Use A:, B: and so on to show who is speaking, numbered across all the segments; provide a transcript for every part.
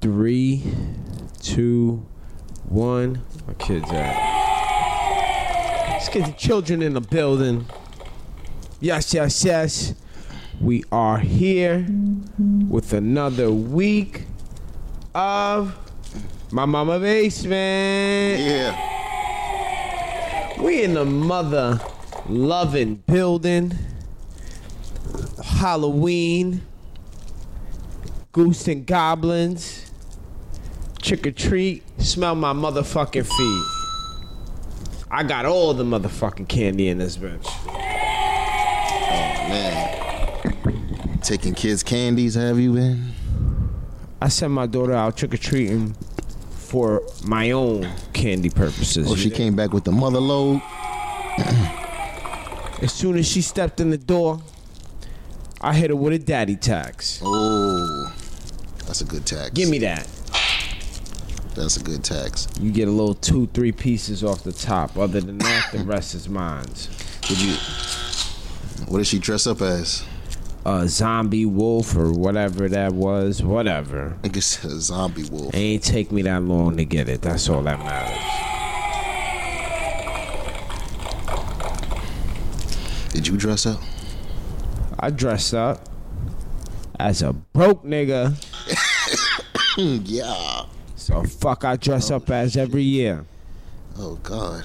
A: three, two, one. My kids out. Let's get the children in the building. Yes, yes, yes. We are here with another week of my mama basement.
B: Yeah.
A: We in the mother loving building. Halloween. Goose and goblins. Trick or treat. Smell my motherfucking feet. I got all the motherfucking candy in this bitch.
B: Man. Taking kids' candies, have you been?
A: I sent my daughter out trick or treating for my own candy purposes.
B: Oh, she came back with the mother load.
A: as soon as she stepped in the door, I hit her with a daddy tax.
B: Oh, that's a good tax.
A: Give me that.
B: That's a good tax.
A: You get a little two, three pieces off the top. Other than that, the rest is mine's.
B: Did you? What did she dress up as?
A: A Uh, zombie wolf or whatever that was, whatever.
B: I think it's a zombie wolf.
A: It ain't take me that long to get it. That's all that matters.
B: Did you dress up?
A: I dressed up as a broke nigga.
B: yeah.
A: So fuck, I dress up as every year.
B: Oh God,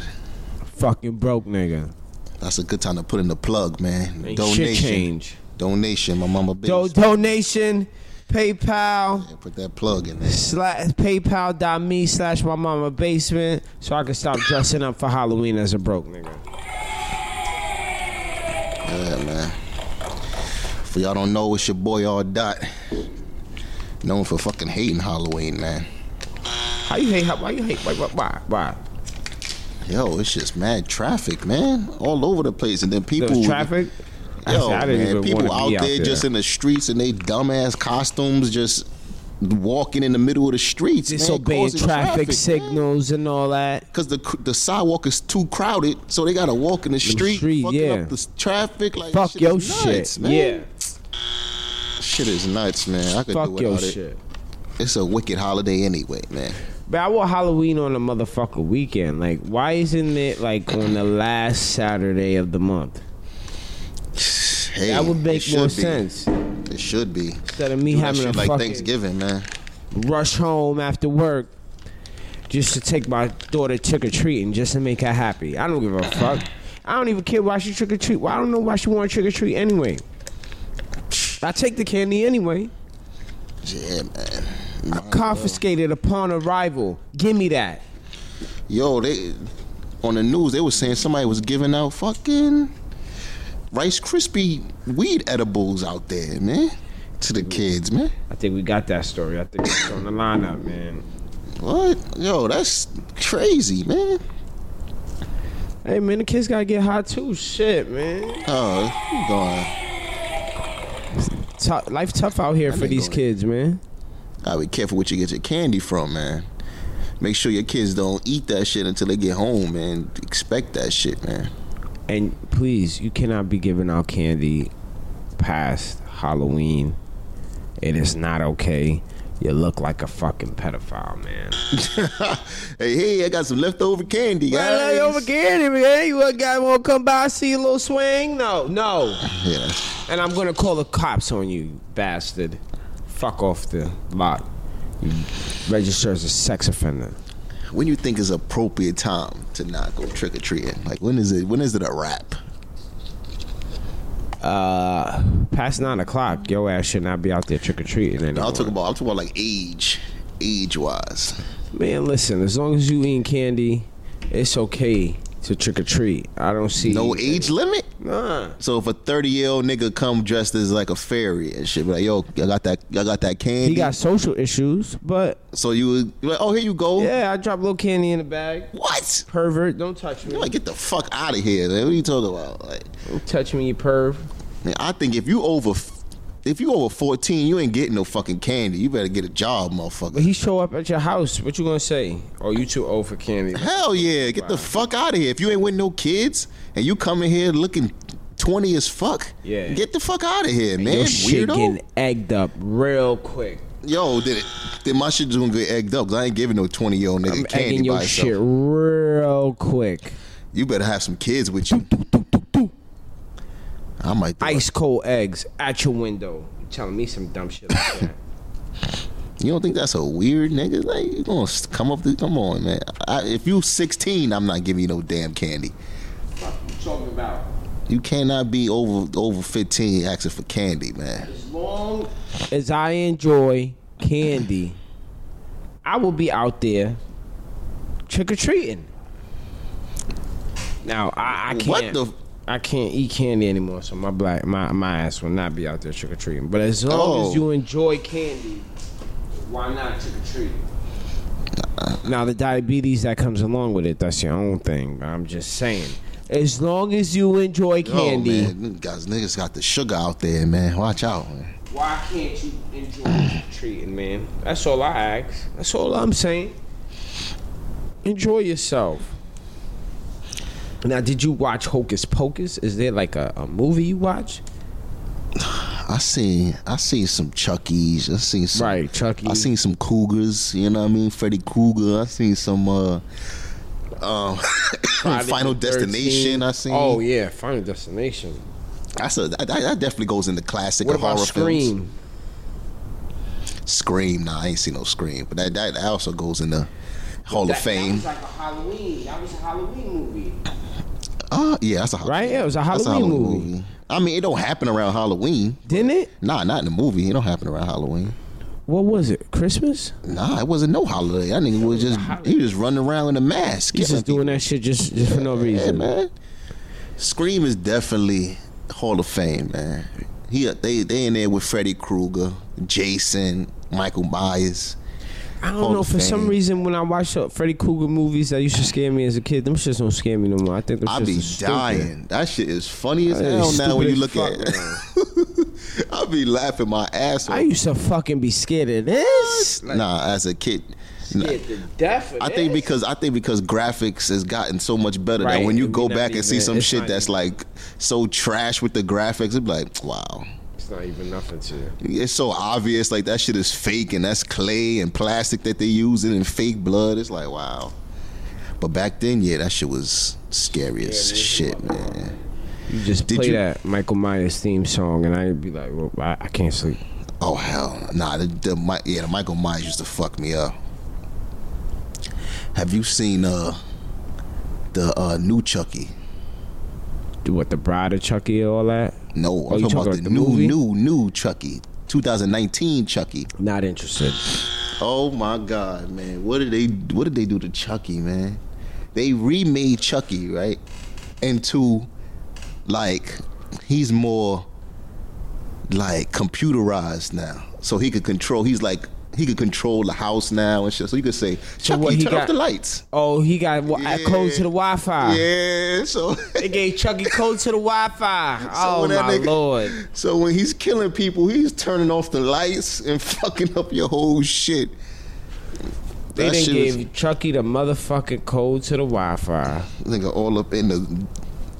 A: Fucking broke nigga.
B: that's a good time to put in the plug, man.
A: Ain't
B: donation,
A: shit change.
B: donation. My mama bitch.
A: Do- donation, PayPal.
B: Yeah, put that plug in there.
A: slash paypal.me slash my mama basement so I can stop dressing up for Halloween as a broke nigga.
B: Yeah, man. For y'all don't know, it's your boy R. Dot, known for fucking hating Halloween, man.
A: How you hate? How, why you hate? Why? Why? Why? why?
B: Yo, it's just mad traffic, man, all over the place, and then
A: There
B: people.
A: was traffic.
B: Yo,
A: said,
B: man, people
A: wanna
B: out
A: be
B: there, just in the streets in they dumbass costumes, just walking in the middle of the streets, man,
A: disobeying
B: causing
A: traffic, signals and all that.
B: Cause the cr- the sidewalk is too crowded, so they gotta walk in the street,
A: street,
B: fucking
A: yeah.
B: up the s- traffic. Like
A: Fuck
B: shit
A: your
B: is nuts,
A: shit.
B: man.
A: Yeah.
B: shit is nuts, man. I could do
A: Fuck your
B: without it.
A: shit.
B: It's a wicked holiday anyway, man.
A: But I want Halloween on a motherfucker weekend. Like, why isn't it like on the last Saturday of the month?
B: Hey,
A: That would
B: it
A: make
B: should
A: more
B: be.
A: sense
B: It should be.
A: instead of me
B: Do that
A: having
B: shit
A: a
B: like
A: fucking
B: Thanksgiving, man.
A: rush home after work just to take my daughter trick or treating just to make her happy. I don't give a fuck. I don't even care why she trick or treat. Well, I don't know why she want to trick or treat anyway. I take the candy anyway.
B: Yeah, man.
A: Confiscated upon arrival. Give me that.
B: Yo, they on the news they were saying somebody was giving out fucking Rice Krispie weed edibles out there, man, to the kids, man.
A: I think we got that story. I think it's on the lineup, man.
B: What? Yo, that's crazy, man.
A: Hey man, the kids gotta get hot too. Shit, man.
B: Oh, you going?
A: Tou- life tough out here for
B: ain't
A: these
B: going.
A: kids, man.
B: Gotta be careful what you get your candy from, man. Make sure your kids don't eat that shit until they get home, man. Expect that shit, man.
A: And please, you cannot be giving out candy past Halloween. It is not okay. You look like a fucking pedophile, man.
B: hey, hey, I got some leftover candy, guys.
A: candy, man. You a guy won't come by see a little swing? No, no.
B: Yeah.
A: And I'm gonna call the cops on you, you bastard. Fuck off the lot. You register as a sex offender.
B: When you think is appropriate time to not go trick or treating? Like when is it? When is it a wrap?
A: Uh, past nine o'clock, your ass should not be out there trick or treating anymore.
B: I'll talk about. I'm talking about like age, age wise.
A: Man, listen, as long as you eating candy, it's okay to trick or treat. I don't see
B: No age limit.
A: Nah.
B: So if a 30 year old nigga come dressed as like a fairy and shit, be like yo, I got that, I got that candy.
A: He got social issues, but
B: so you would- you're like, oh here you go.
A: yeah, I drop little candy in the bag.
B: What?
A: Pervert, don't touch me.
B: You're like get the fuck out of here. Man. What are you talking about? Like,
A: Don't touch me, you perv.
B: man, I think if you over, if you over 14, you ain't getting no fucking candy. You better get a job, motherfucker.
A: But he show up at your house. What you gonna say? Oh, you too old for candy.
B: Hell yeah, get the fuck out of here. If you ain't with no kids and you coming here looking 20 as fuck,
A: Yeah.
B: get the fuck out of here, man.
A: Your shit
B: Weirdo.
A: getting egged up real quick.
B: Yo, did it? Did my shit just gonna get egged up? 'Cause I ain't giving no twenty year old nigga
A: I'm
B: candy
A: egging your
B: by itself.
A: shit real quick.
B: You better have some kids with you. I might. do it.
A: Ice cold eggs at your window. You telling me some dumb shit like that.
B: You don't think that's a weird nigga? Like you gonna s- come up? To, come on, man. I, if you 16, I'm not giving you no damn candy.
A: I'm talking about
B: You cannot be over over 15 asking for candy, man.
A: as long as I enjoy candy, I will be out there trick or treating. Now I, I can't.
B: What the?
A: I can't eat candy anymore, so my black my, my ass will not be out there trick or treating. But as long
B: Oh.
A: as you enjoy candy, why not trick or treat? Now the diabetes that comes along with it, that's your own thing. But I'm just saying, as long as you enjoy
B: Oh,
A: candy,
B: man. Them Guys, niggas got the sugar out there, man. Watch out, man.
A: why can't you enjoy trick or treating, man? That's all I ask. That's all I'm saying. Enjoy yourself. Now, did you watch Hocus Pocus? Is there like a, a movie you watch?
B: I seen I seen some Chuckies. I seen some
A: Right, Chucky.
B: I seen some Cougars. You know what I mean? Freddy Cougar. I seen some uh, um,
A: Friday
B: Final
A: the 13th.
B: Destination. I seen.
A: Oh yeah, Final Destination.
B: That's a, that, that definitely goes in the classic
A: What
B: of horror
A: about
B: films.
A: Scream?
B: Scream. Nah, I ain't seen no Scream, but that that, that also goes in the Hall of Fame.
A: like a Halloween. That was a Halloween movie.
B: Uh, yeah, that's a Hall-
A: Right? Yeah, it was a
B: that's
A: Halloween movie.
B: I mean, it don't happen around Halloween.
A: Didn't it?
B: Nah, not in the movie. It don't happen around Halloween.
A: What was it? Christmas?
B: Nah, it wasn't no holiday. That nigga was just he was running around in a mask.
A: He's
B: killing
A: just doing that shit just, just for no
B: Yeah,
A: reason.
B: man. Scream is definitely Hall of Fame, man. He they they in there with Freddy Krueger, Jason, Michael Myers.
A: I don't
B: Hall
A: know.
B: of
A: For some
B: Fame.
A: reason, when I watch the Freddy Krueger movies that used to scare me as a kid, them shits don't scare me no more. I think them
B: I
A: shits
B: be
A: are stupid.
B: dying. That shit is funny as
A: That is
B: hell now when you look
A: stupid
B: at
A: as
B: it. I be laughing my ass
A: I
B: off.
A: used to fucking be scared of this. Like,
B: Nah, as a kid. nah.
A: scared to death of
B: I think
A: this.
B: because I think because graphics has gotten so much better
A: Right,
B: that when you
A: we
B: go
A: not
B: back and see
A: even-
B: some
A: it's
B: shit
A: not
B: that's like so trash with the graphics, it'd be like, wow.
A: it's not even nothing to you.
B: It's so obvious, like that shit is fake, and that's clay and plastic that they using and fake blood. It's like wow. But back then, yeah, that shit was scary as shit, man.
A: You just
B: Did
A: play
B: you-
A: that Michael Myers theme song, and I'd be like, well, I, I can't sleep.
B: Oh hell, no. nah. The, the Mi- yeah, the Michael Myers used to fuck me up. Have you seen uh the uh new Chucky?
A: Do what the Bride of Chucky and all that?
B: No, I'm
A: you talking
B: Oh, talking, about
A: about
B: the,
A: the
B: new,
A: movie?
B: new, new Chucky, 2019 Chucky.
A: Not interested.
B: Oh my God, man! What did they What did they do to Chucky, man? They remade Chucky right into like he's more like computerized now, so he could control. He's like he could control the house now and shit. So you could say, Chucky,
A: what, he
B: turn off
A: got- Ah.
B: the lights.
A: Oh, he got wa-
B: Yeah.
A: code to the Wi-Fi.
B: Yeah, so.
A: They gave Chucky code to the Wi-Fi. oh
B: when that
A: my
B: nigga-
A: lord!
B: So when he's killing people, he's turning off the lights and fucking up your whole shit.
A: They
B: That
A: didn't
B: shit is-
A: give Chucky the motherfucking code to the Wi-Fi.
B: nigga all up in the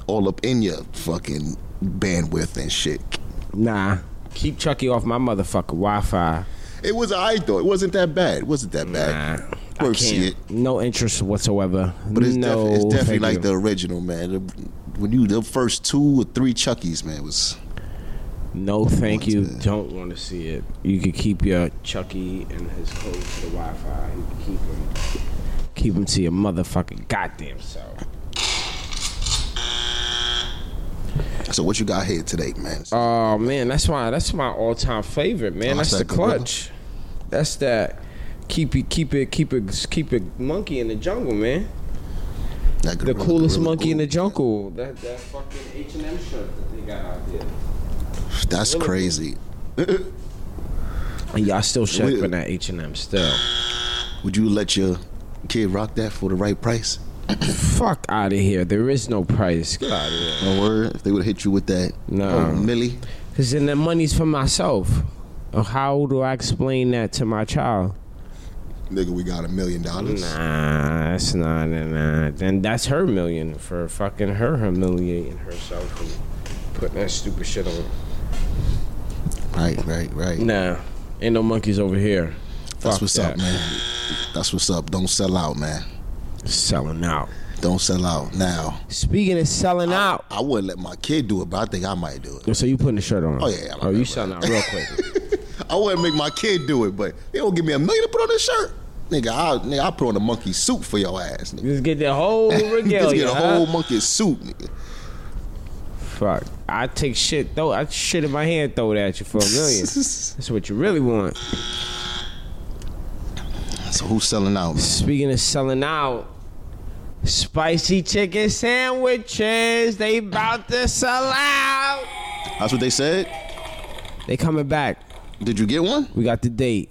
B: all up in your fucking bandwidth and shit.
A: Nah, keep Chucky off my motherfucking Wi-Fi.
B: It was alright though. It wasn't that bad. It wasn't that bad.
A: Nah, I can't.
B: Worth see it.
A: No interest whatsoever.
B: But it's,
A: no,
B: defi- it's definitely
A: thank
B: like
A: you.
B: the original, man. The- When you the first two or three Chuckies, man, was
A: No, thank
B: ones,
A: you.
B: man.
A: Don't want to see it. You could keep your Chucky and his code to the Wi-Fi. You can keep him. Keep him to your motherfucking goddamn self.
B: so what you got here today, man?
A: Oh man, that's my that's my all time favorite man.
B: Oh,
A: that's
B: that's
A: the
B: that gorilla?
A: clutch. That's that. Keep it, keep it, keep it, keep it. Monkey in the jungle, man.
B: That
A: The
B: gorilla,
A: coolest
B: gorilla,
A: monkey in the
B: gorilla.
A: jungle. That that fucking H and M shirt that they got out there.
B: That's
A: gorilla.
B: crazy.
A: And y'all still
B: Wait.
A: shopping at H and M still?
B: Would you let your kid rock that for the right price?
A: Fuck out of here. There is no price. Get out of here.
B: No word. If they would hit you with that,
A: No.
B: oh, Millie.
A: Cause then the money's for myself. Oh, How do I explain that to my child?
B: Nigga, we got a million dollars.
A: Nah, that's not. Nah, then that's her million for fucking her humiliating herself and putting that stupid shit on.
B: Right, right, right.
A: Nah, Ain't no monkeys over here.
B: That's
A: Fuck
B: what's
A: that.
B: up, man. That's what's up. Don't sell out, man.
A: Selling out.
B: Don't sell out now.
A: Speaking of selling out.
B: I wouldn't let my kid do it, but I think I might do it.
A: So you putting the shirt on?
B: Oh, yeah, I'm
A: Oh, you
B: right.
A: selling out real quick.
B: I wouldn't make my kid do it, but they don't give me a million to put on this shirt. Nigga, I'll, nigga, I'll put on a monkey suit for your ass, nigga.
A: Just get the whole regalia.
B: Just get a
A: huh?
B: whole monkey suit, nigga.
A: Fuck. I take shit though. I shit in my hand, throw it at you for a million. That's what you really want.
B: So who's selling out, man?
A: Speaking of selling out, spicy chicken sandwiches. They about to sell out.
B: That's what they said?
A: They coming back.
B: Did you get one?
A: We got the date.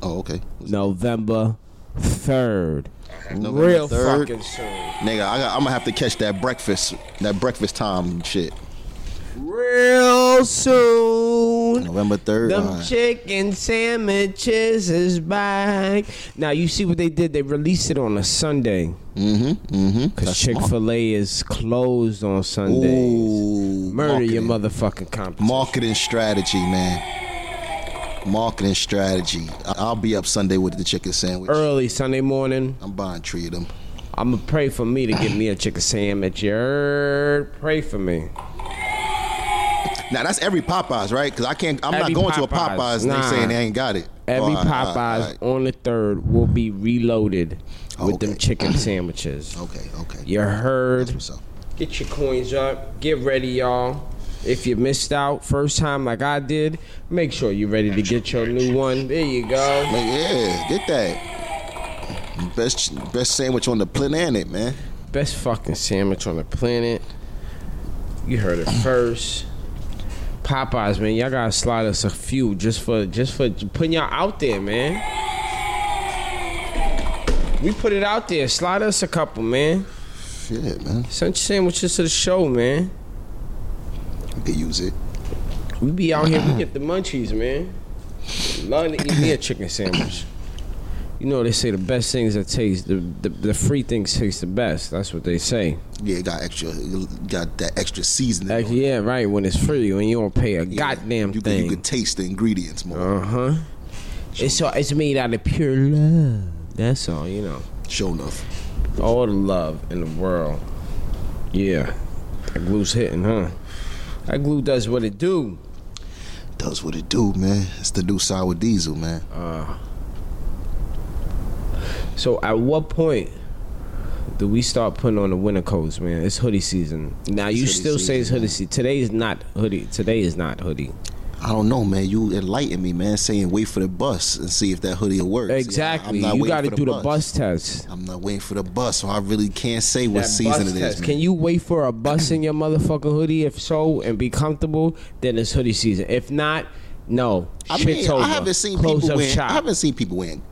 B: Oh, okay.
A: November third.
B: November
A: Real
B: 3rd.
A: fucking soon.
B: Nigga, I got, I'm gonna have to catch that breakfast, that breakfast time shit.
A: Real soon.
B: November 3rd.
A: Them
B: uh,
A: chicken sandwiches is back. Now you see what they did? They released it on a Sunday.
B: mm-hmm, mm-hmm.
A: Cause
B: That's
A: Chick Fil A is closed on
B: smart.
A: Sundays.
B: Ooh,
A: Murder your
B: marketing.
A: motherfucking competition.
B: Marketing strategy, man. Marketing strategy. I- I'll be up Sunday with the chicken sandwich.
A: Early Sunday morning,
B: I'm buying three of them.
A: I'ma pray for me to get me a chicken sandwich. You heard? Pray for me.
B: Now that's every Popeyes, right? Because I can't. I'm
A: Every
B: not going to a
A: Popeyes.
B: Popeyes. and
A: Nah.
B: They saying they ain't got it.
A: Every
B: Oh, all right, all
A: Popeyes
B: right, all right.
A: on the third will be reloaded with them
B: Okay.
A: chicken sandwiches.
B: Okay. Okay.
A: You heard?
B: That's what's up.
A: Get your coins up. Get ready, y'all. If you missed out first time like I did, make sure you're ready to get your new one. There you go.
B: Like, yeah, get that. Best best sandwich on the planet, man.
A: Best fucking sandwich on the planet. You heard it first. Popeyes, man, y'all gotta slide us a few just for just for putting y'all out there, man. We put it out there. Slide us a couple, man.
B: Shit, man.
A: Send your sandwiches to the show, man.
B: You could use it.
A: We be out here, we get the munchies, man. Love to eat me a chicken sandwich. You know they say the best things that taste the, the the free things taste the best. That's what they say.
B: Yeah, it got extra. it Got that extra seasoning.
A: Like,
B: on it.
A: yeah, right. When it's free, when you don't pay a
B: Yeah,
A: goddamn
B: you Could, you
A: thing.
B: could taste the ingredients more.
A: Uh huh. It's all, it's made out of pure love. That's all you know.
B: Sure enough.
A: All the love in the world. Yeah, that glue's hitting, huh? That glue does what it do.
B: Does what it do, man. It's the new sour diesel, man.
A: So at what point do we start putting on the winter coats, man? It's hoodie season. Now you
B: hoodie
A: still say it's
B: season,
A: hoodie season. Today is not hoodie. Today is not hoodie.
B: I don't know, man. You enlighten me, man. Saying wait for the bus and see if that hoodie will work.
A: Exactly.
B: Yeah, I'm not
A: you
B: waiting
A: got to
B: for
A: do the bus test.
B: I'm not waiting for the bus, so I really can't say what
A: that
B: season
A: bus
B: it is.
A: test.
B: man.
A: Can you wait for a bus in your motherfucking hoodie? If so, and be comfortable, then it's hoodie season. If not, no.
B: I
A: Shit's
B: mean,
A: over.
B: I haven't seen
A: Close
B: people
A: up
B: wearing.
A: shop.
B: I haven't seen people wearing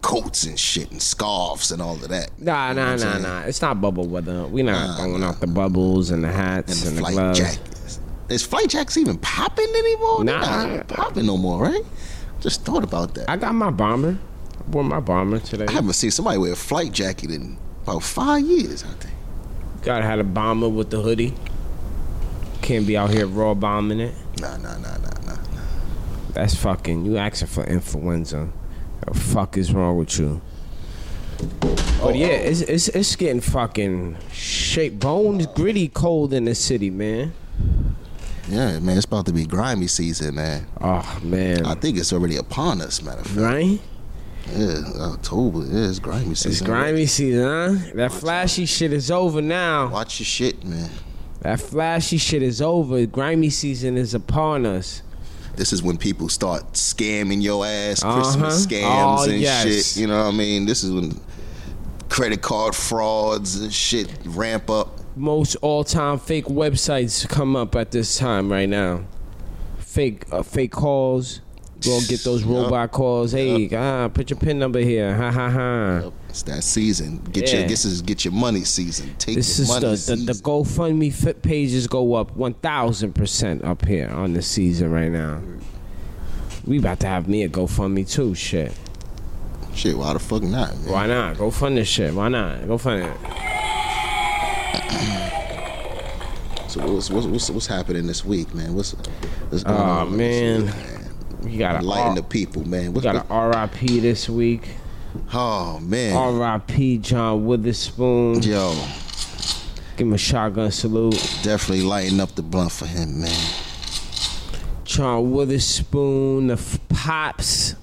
B: coats and shit and scarves and all of that.
A: Nah,
B: You know
A: nah,
B: what I'm
A: nah,
B: saying?
A: nah. It's not bubble weather. We're not
B: Nah,
A: throwing
B: nah.
A: out the bubbles and the
B: And
A: hats and, the
B: the flight
A: gloves.
B: jackets. Is flight jacks even popping anymore? They're
A: Nah.
B: not even popping no more, right? Just thought about that. I,
A: I got my bomber. I wore my bomber today.
B: haven't seen somebody wear a flight jacket in about five years. I think.
A: Gotta have a bomber with the hoodie. Can't be out here raw bombing it.
B: Nah, nah, nah, nah, nah.
A: That's fucking. You asking for influenza? The fuck is wrong with you? But yeah, it's it's it's getting fucking shape bones gritty cold in the city, man.
B: Yeah, man, it's about to be grimy season, man.
A: Oh man,
B: I think it's already upon us, matter of fact.
A: right?
B: Yeah, October. Yeah, it's grimy season.
A: It's grimy season, huh? That flashy shit is over now.
B: Watch your shit, man.
A: That flashy shit is over. Grimy season is upon us.
B: This is when people start scamming your ass,
A: Uh-huh.
B: Christmas scams
A: Oh,
B: and
A: yes.
B: shit. You know what I mean? This is when credit card frauds and shit ramp up.
A: most all-time fake websites come up at this time right now. Fake uh, fake calls. Go get those
B: Yup.
A: robot calls. Hey, ah, put your pin number here. Ha ha ha.
B: It's that season. Get
A: Yeah.
B: your this is get your money season. Take
A: This
B: your
A: is
B: money
A: the,
B: season.
A: the the GoFundMe fit pages go up one thousand percent up here on this season right now. We about to have me a GoFundMe too. Shit,
B: shit, why the fuck not, man?
A: why not? Go fund this shit. Why not? Go fund it.
B: So what's, what's what's what's happening this week, man? What's what's going
A: Aw,
B: on this
A: man.
B: week, man?
A: We got a
B: Enlighten
A: R-
B: the people, man.
A: we
B: What's
A: got a RIP this week.
B: the- oh man,
A: RIP John Witherspoon.
B: yo,
A: Give him a shotgun salute.
B: definitely lighten up the blunt for him, man.
A: John Witherspoon, the f- Pops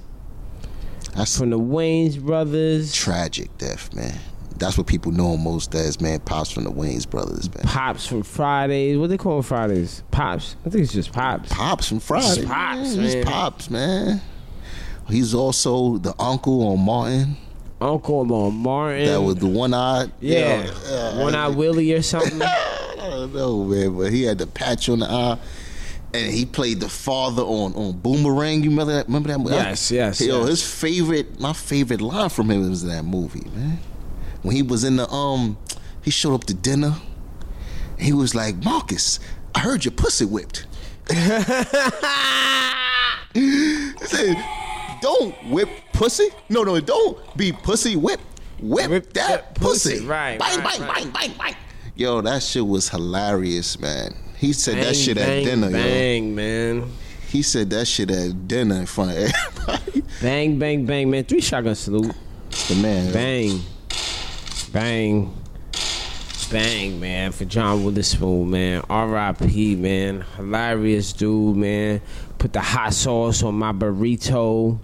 B: That's
A: from the Wayne's Brothers.
B: tragic death, man. That's what people know him most as, man. Pops from the Wayne's brothers, man.
A: Pops from Fridays. What they call 'em Fridays? Pops. I think it's just Pops.
B: Pops from Friday.
A: He's Pops,
B: man.
A: man.
B: He's Pops, man. He's also the uncle on Martin.
A: Uncle Lon Martin.
B: That was the one eye.
A: yeah. One Eye Willie or something.
B: I don't know, man, but he had the patch on the eye. And he played the father on, on Boomerang. You remember that? Remember that movie?
A: Yes, yes,
B: Yo,
A: yes.
B: his favorite, my favorite line from him was in that movie, man. When he was in the um, he showed up to dinner. He was like, Marcus, I heard your pussy whipped. He said, don't whip pussy. No, no, don't be pussy whip. Whip,
A: Whip that
B: that, pussy.
A: pussy. Right,
B: Bang,
A: right,
B: bang,
A: right.
B: bang, bang, bang. Yo, that shit was hilarious, man. He said that shit at
A: bang,
B: dinner, yo.
A: Bang, man.
B: He said that shit at dinner in front of everybody.
A: Bang, bang, bang, man. Three shotgun salute.
B: the man.
A: Bang. Bang. Bang, man, for John Witherspoon, man. R.I.P., man. Hilarious dude, man. Put the hot sauce on my burrito. Oh,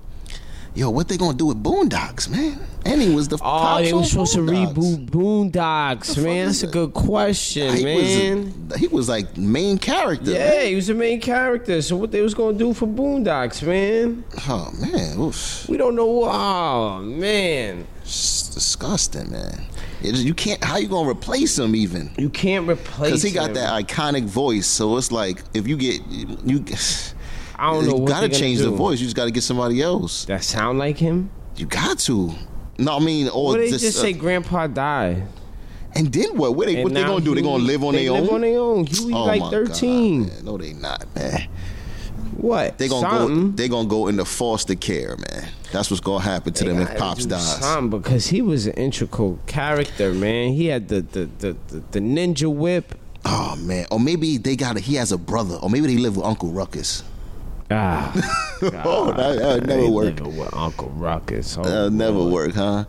B: Yo, what they gonna do with Boondocks, man? And he was the
A: Oh, they were supposed to reboot Boondocks,
B: fuck
A: man.
B: is
A: That's a
B: that?
A: good question,
B: He
A: man.
B: was, a- he was like main character.
A: yeah,
B: right?
A: he was the main character. So what they was gonna do for Boondocks, man?
B: Oh man, oof.
A: We don't know. Oh man,
B: It's disgusting, man. It is- you can't. How you gonna replace him even?
A: you can't replace.
B: Because he got
A: him.
B: that iconic voice. So it's like if you get you,
A: I don't know.
B: you
A: what
B: gotta
A: they gonna
B: change the
A: do.
B: voice. You just gotta get somebody else.
A: That sound like him?
B: You got to. No, I mean, or
A: What they
B: just,
A: just,
B: uh,
A: say? Grandpa died.
B: and then what? What they,
A: And
B: what they
A: now
B: gonna do? They gonna
A: Huey-
B: live on
A: they
B: their
A: live
B: own?
A: on their own. Huey
B: Oh
A: like
B: my God,
A: thirteen.
B: man. No, they not, man.
A: What?
B: They gonna go.
A: Something.
B: They gonna go into foster care, man. That's what's gonna happen to them
A: They
B: if
A: gotta
B: pops
A: do
B: dies.
A: something because he was an integral character, man. He had the the the, the, the ninja whip.
B: Oh man. Or maybe they got. A, he has a brother. Or maybe they live with Uncle Ruckus.
A: Ah,
B: Oh, that, that would never Uh,
A: they
B: work.
A: living with Uncle Ruckus. Oh,
B: That'll never work, huh?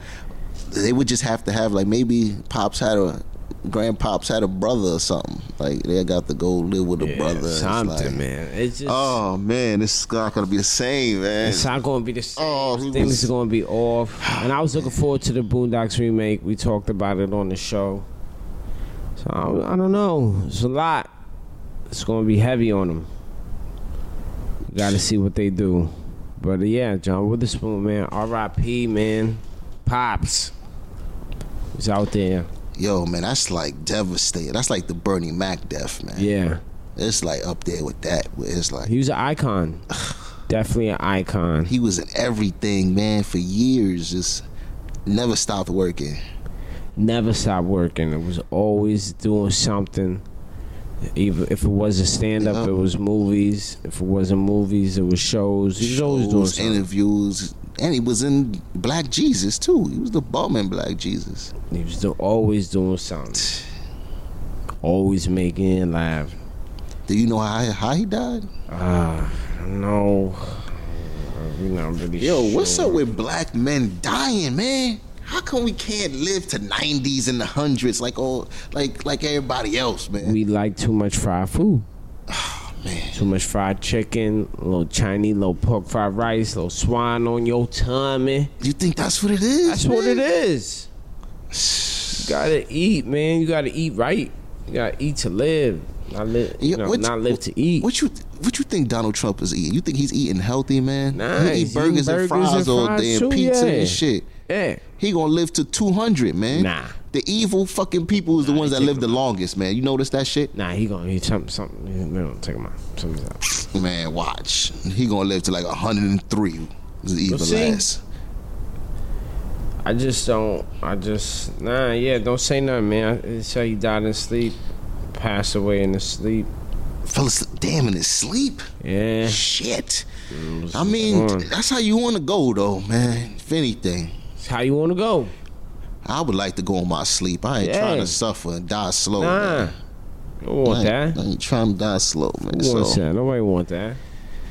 B: They would just have to have like maybe pops had a grandpops had a brother or something. Like they got to go live with a
A: yeah,
B: brother. It's
A: Something,
B: like,
A: man. It's just.
B: Oh man, it's not gonna be the same, man.
A: It's not going to be the same.
B: Oh, he
A: Things
B: was-
A: are going to be off. And I was looking forward to the Boondocks remake. We talked about it on the show. So I, don't- I don't know. It's a lot. It's going to be heavy on them. Got to see what they do. But uh, yeah, John Witherspoon, man. R.I.P., man. Pops. He's out there.
B: Yo, man, that's like devastating. That's like the Bernie Mac death, man.
A: Yeah.
B: It's like up there with that. Where it's like
A: He was an icon. Definitely an icon.
B: he was in everything, man, for years. Just never stopped working.
A: never stopped working. It was always doing something. Even if it was a stand up,
B: Yeah.
A: it was movies. If it wasn't movies, it was shows. He was always doing
B: Shows,
A: something.
B: interviews. And he was in Black Jesus too. He was the bum in Black Jesus.
A: He was do- always doing something. Always making it laugh.
B: Do you know how how he died?
A: Ah, I don't know. We're not really
B: Yo, what's
A: sure.
B: up with black men dying, man? How come we can't live to nineties and the hundreds like all like like everybody else, man?
A: We like too much fried food.
B: man.
A: Too much fried chicken, a little Chinese, little pork fried rice, little swine on your tummy.
B: You think that's what it is?
A: That's what it
B: man?
A: is. You gotta eat, man. You gotta eat right. You gotta eat to live. Not live, you
B: Yeah,
A: know,
B: what-
A: not live to eat.
B: What you what you think Donald Trump is eating? You think he's eating healthy, man?
A: Nah,
B: he
A: he's
B: eat burgers,
A: eating
B: and fries
A: burgers and
B: all
A: fries
B: day
A: too,
B: and pizza
A: yeah.
B: and shit.
A: yeah,
B: He gonna live to two hundred, man.
A: Nah.
B: The evil fucking people is the ones
A: they
B: that live the longest, man. You notice that shit?
A: nah, he gonna eat something. Something. No, take him out. Something's out.
B: Man, watch. He gonna live to like hundred and three. Evil
A: see.
B: ass.
A: I just don't. I just nah. Yeah, don't say nothing, man. It's how he died in sleep, passed away in his sleep.
B: Fell asleep. Damn, in his sleep.
A: Yeah, Mm,
B: Shit. I mean,
A: fun.
B: that's how you want to go, though, man. If anything,
A: it's how you want to go.
B: I would like to go in my sleep. I ain't
A: Yeah.
B: trying to suffer and die slow.
A: Nah,
B: man.
A: you don't want
B: I ain't,
A: that.
B: I ain't trying to die slow, man.
A: Who wants
B: So,
A: that? Nobody want that.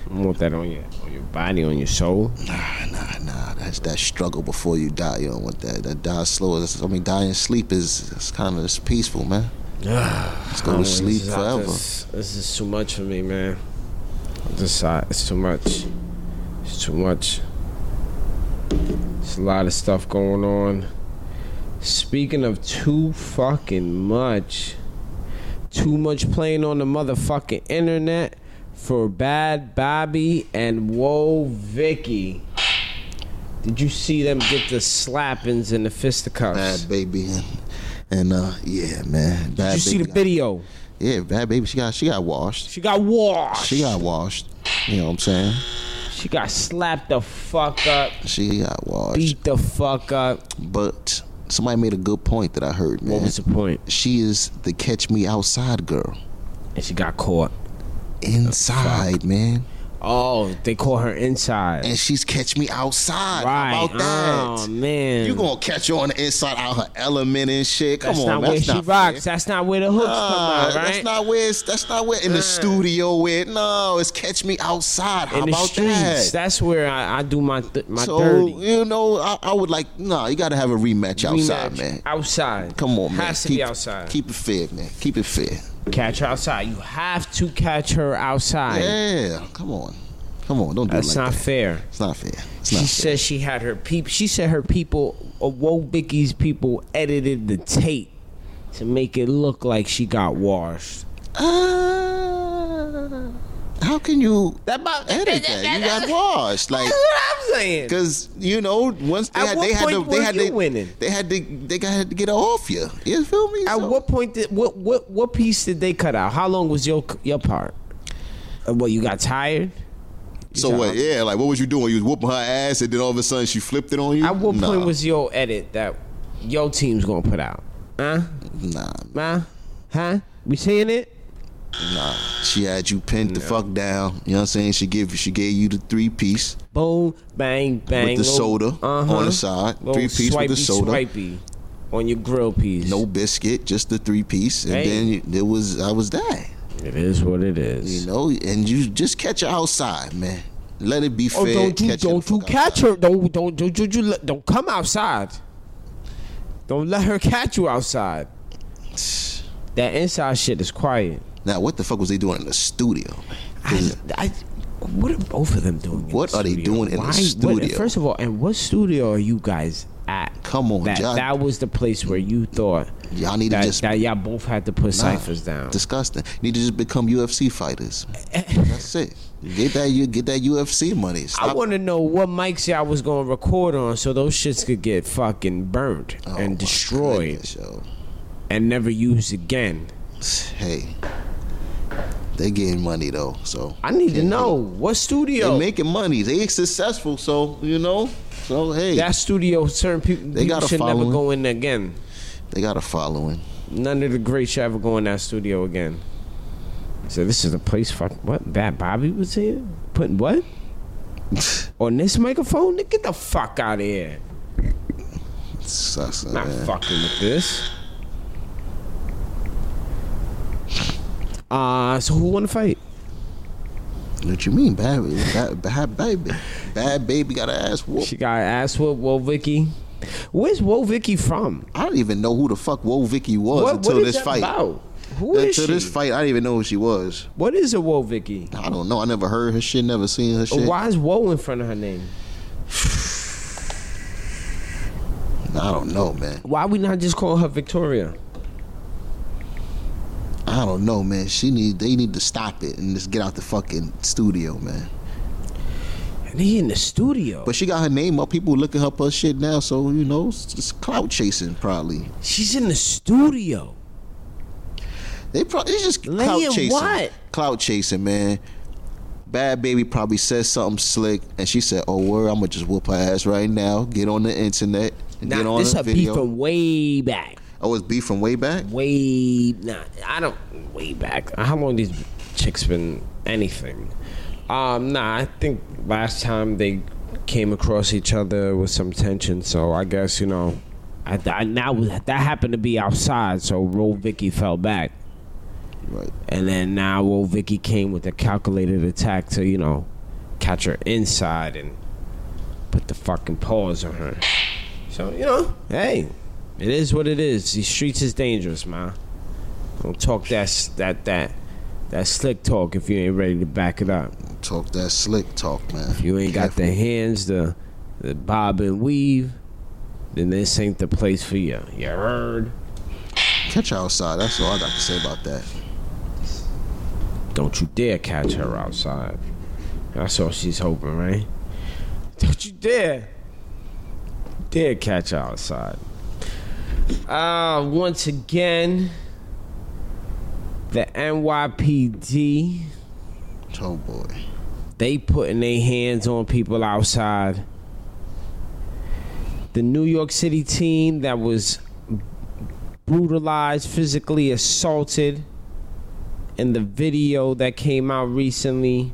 A: I don't want that on your on your body, on your soul.
B: Nah, nah, nah. That's that struggle before you die. You don't want that. That die slow. Is, I mean, dying sleep is it's kind of it's peaceful, man.
A: Let's
B: go to sleep forever.
A: This, this is too much for me, man. This uh, it's too much. It's too much. It's a lot of stuff going on. Speaking of too fucking much, too much playing on the motherfucking internet for Bad Bobby and Whoa Vicky. Did you see them get the slappings and the fisticuffs?
B: Bad baby, and, and uh, yeah, man.
A: Did
B: Bad
A: you see
B: baby
A: the
B: got-
A: video?
B: Yeah, bad baby. She got she got washed.
A: She got washed.
B: She got washed. You know what I'm saying?
A: She got slapped the fuck up,
B: Oh, She got washed.
A: beat the fuck up.
B: But somebody made a good point that I heard, man.
A: What was the point?
B: she is the catch me outside girl.
A: And she got caught.
B: Inside, man.
A: Oh, they caught her inside.
B: And she's catch me outside.
A: Right.
B: How about that?
A: Oh man.
B: You gonna catch her on the inside out her element and shit. Come
A: that's
B: on,
A: not
B: man.
A: where
B: that's
A: she
B: not
A: rocks.
B: fair.
A: That's not where the hooks
B: Nah,
A: come out, right?
B: That's not where. It's, that's not where in the studio. Where no, it's catch me outside. How
A: In the
B: about
A: streets.
B: that?
A: That's where I, I do my th- my
B: so
A: dirty.
B: you know, I, I would like. Nah, you gotta have a rematch outside,
A: Rematch.
B: man.
A: Outside.
B: Come on, man.
A: Has to
B: keep,
A: be outside.
B: Keep it fair, man. Keep it fair.
A: catch her outside. You have to catch her outside.
B: Yeah, come on, come on. Don't do
A: That's
B: it like
A: not
B: that.
A: fair.
B: It's not fair. It's
A: She
B: not fair.
A: says she had her peep. She said her people, uh, Woe Vicky's people, edited the tape to make it look like she got washed.
B: Uh, how can you
A: That about
B: edit that? You got washed, like.
A: That's what I'm saying.
B: Cause you know, once they
A: At
B: had,
A: what
B: they had to,
A: point
B: they
A: were
B: had
A: you
B: to,
A: winning?
B: they had to, they got to get it off you. You feel me?
A: At
B: So-
A: what point did what what what piece did they cut out? How long was your your part? Uh, What you got tired?
B: So what? Yeah, like what was you doing? You was whooping her ass, and then all of a sudden she flipped it on you.
A: At what
B: nah,
A: point was your edit that your team's gonna put out? Huh?
B: nah,
A: Huh? Huh? We seeing it?
B: nah? She had you pinned the fuck down. You know what I'm saying? She give she gave you the three piece
A: Boom, bang, bang.
B: with the
A: little-
B: soda
A: uh-huh.
B: on the side,
A: Little
B: three piece with
A: swipey,
B: the soda,
A: Swipey on your grill piece.
B: no biscuit, just the three piece, and
A: Hey.
B: then you, there was I was that.
A: It is what it
B: You
A: is.
B: know, and you just catch her outside, man. Let it be fair.
A: Oh, don't you
B: catch her the
A: don't you
B: fuck outside.
A: catch her? Don't don't don't don't you let- don't come outside. Don't let her catch you outside. That inside shit is quiet.
B: Now, what the fuck was they doing in the studio?
A: I, I, what are both of them doing? in
B: What
A: the
B: are they
A: studio?
B: doing in the
A: Why- what-
B: studio?
A: first of all, and what studio are you guys at?
B: Come on,
A: that,
B: y'all-
A: that was the place where you thought
B: Y'all need to
A: that,
B: just-
A: that y'all both had to put
B: Nah,
A: ciphers down.
B: Disgusting. Need to just become UFC fighters. That's it. Get that you get that UFC money.
A: I
B: Stop.
A: want to know what mics y'all was gonna record on, so those shits could get fucking burnt
B: Oh, my
A: and destroyed
B: goodness, yo.
A: and never used again.
B: Hey, they getting money though, so
A: I need to
B: Yeah,
A: know what
B: they
A: studio.
B: making money. They successful, so you know. So hey,
A: that studio, certain people,
B: They
A: people
B: got a
A: should never
B: following.
A: go in again.
B: they got a following.
A: None of the greats should ever go in that studio again. So this is the place. Fuck what? Bad Bobby was here putting what on this microphone? Nigga, Get the fuck out of here!
B: Sucks,
A: Not
B: man.
A: fucking with this. Uh, so who won the fight?
B: What you mean, bad, bad, bad baby? Bad baby got an ass whoop.
A: She got her ass whooped. Whoa, Vicky. Where's Whoa Vicky from?
B: I don't even know who the fuck Woe Vicky was
A: What,
B: until
A: what is
B: this
A: that
B: fight.
A: about? Who is
B: Until
A: she?
B: this fight, I didn't even know who she was.
A: what is a Whoa Vicky?
B: I don't know. I never heard her shit. Never seen her shit.
A: Why is Whoa in front of her name?
B: I don't know, man.
A: Why we not just call her Victoria?
B: I don't know, man. She need. They need to stop it and just get out the fucking studio, man.
A: And he in the studio.
B: But she got her name up. People looking up her shit now, so you know it's, it's clout chasing probably.
A: She's in the studio.
B: They probably it's just clout
A: Laying
B: chasing.
A: what?
B: Clout chasing, man. Bad baby probably said something slick, and she said, "Oh, word, I'm gonna just whoop her ass right now. Get on the internet, and get
A: Now
B: on
A: this
B: the
A: a beef
B: video."
A: from way back.
B: oh, it's beef from way back.
A: Way nah, I don't way back. How long these chicks been anything? Um, nah, I think last time they came across each other with some tension, so I guess you know, I, I now that happened to be outside, so Roll Vicky fell back,
B: Right.
A: and then now Roll Vicky came with a calculated attack to you know catch her inside and put the fucking paws on her. So, you know, hey, it is what it is. These streets is dangerous, man. Don't talk that s- that that that slick talk if you ain't ready to back it up.
B: Talk that slick talk, man.
A: If you ain't got the hands, the the bob and weave, then this ain't the place for you. You heard?
B: Catch her outside. That's all I got to say about that.
A: Don't you dare catch her outside. That's all she's hoping, right? Don't you dare. Dare catch her outside. Uh, once again, the NYPD,
B: Oh boy.
A: they putting their hands on people outside. The New York City team that was brutalized, physically assaulted in the video that came out recently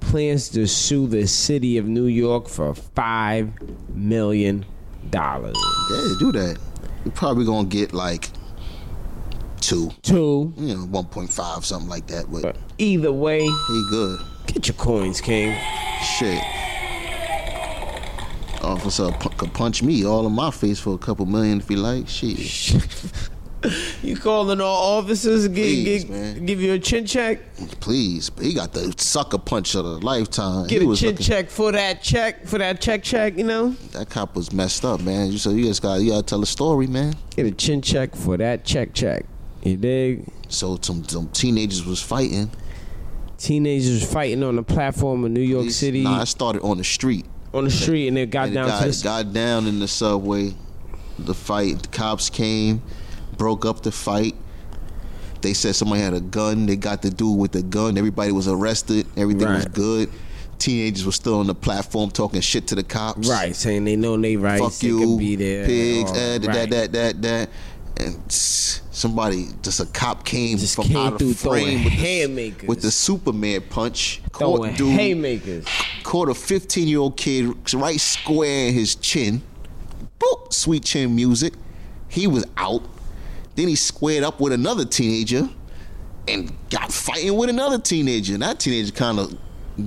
A: plans to sue the city of New York for five million dollars.
B: Yeah, do that. You're probably gonna get like two,
A: Two.
B: you know, one point five, something like that. But
A: But either way,
B: he good.
A: get your coins, King.
B: Shit. Officer pu- could punch me all in my face for a couple million if he like. Shit.
A: You calling all officers? Give,
B: Please,
A: give,
B: man.
A: give you a chin check.
B: Please, but he got the sucker punch of the lifetime.
A: Give
B: he
A: a
B: was
A: chin
B: looking,
A: check for that check for that check check. You know,
B: that cop was messed up, man. You so you just got you gotta tell a story, man.
A: get a chin check for that check check. You dig?
B: So some some teenagers was fighting.
A: Teenagers fighting on the platform of New York City
B: Nah, I started on the street.
A: on the street, and they got
B: And it
A: down
B: got,
A: to the
B: it got down in the subway. The fight, the cops came, broke up the fight. They said somebody had a gun. They got the dude with the gun. Everybody was arrested. Everything was
A: Right.
B: good. Teenagers were still on the platform talking shit to the cops.
A: Right, saying they know they right.
B: Fuck you,
A: be there.
B: pigs.
A: all
B: eh,
A: right.
B: that, that, that, that. And s- somebody, just a cop came
A: Just
B: from
A: came
B: out
A: through
B: of
A: throwing
B: frame with the,
A: haymakers.
B: with the Superman punch.
A: Throwing
B: Caught dude,
A: haymakers.
B: caught a 15 year old kid right square in his chin. Boop, sweet chin music. He was out. Then he squared up with another teenager and got fighting with another teenager. And that teenager kind of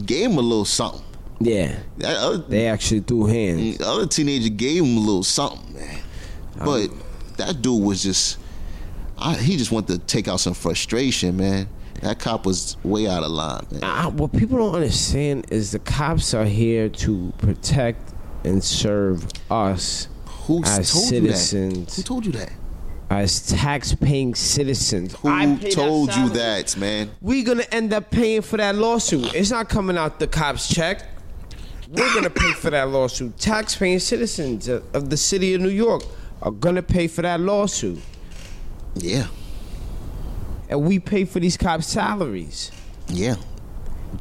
B: gave him a little something.
A: Yeah,
B: That other,
A: they actually threw hands.
B: the other teenager gave him a little something, man. But that dude was just, I, he just wanted to take out some frustration, man. That cop was way out of line, man.
A: I, what people don't understand is the cops are here to protect and serve us
B: Who
A: as
B: told you that?
A: citizens,
B: Who told you that?
A: as tax-paying citizens. I
B: Who
A: paid
B: told you
A: salary.
B: that, man?
A: We're gonna end up paying for that lawsuit. It's not coming out the cops' check. We're gonna pay for that lawsuit. Tax-paying citizens of of the city of New York are gonna pay for that lawsuit.
B: Yeah,
A: and we pay for these cops' salaries.
B: yeah.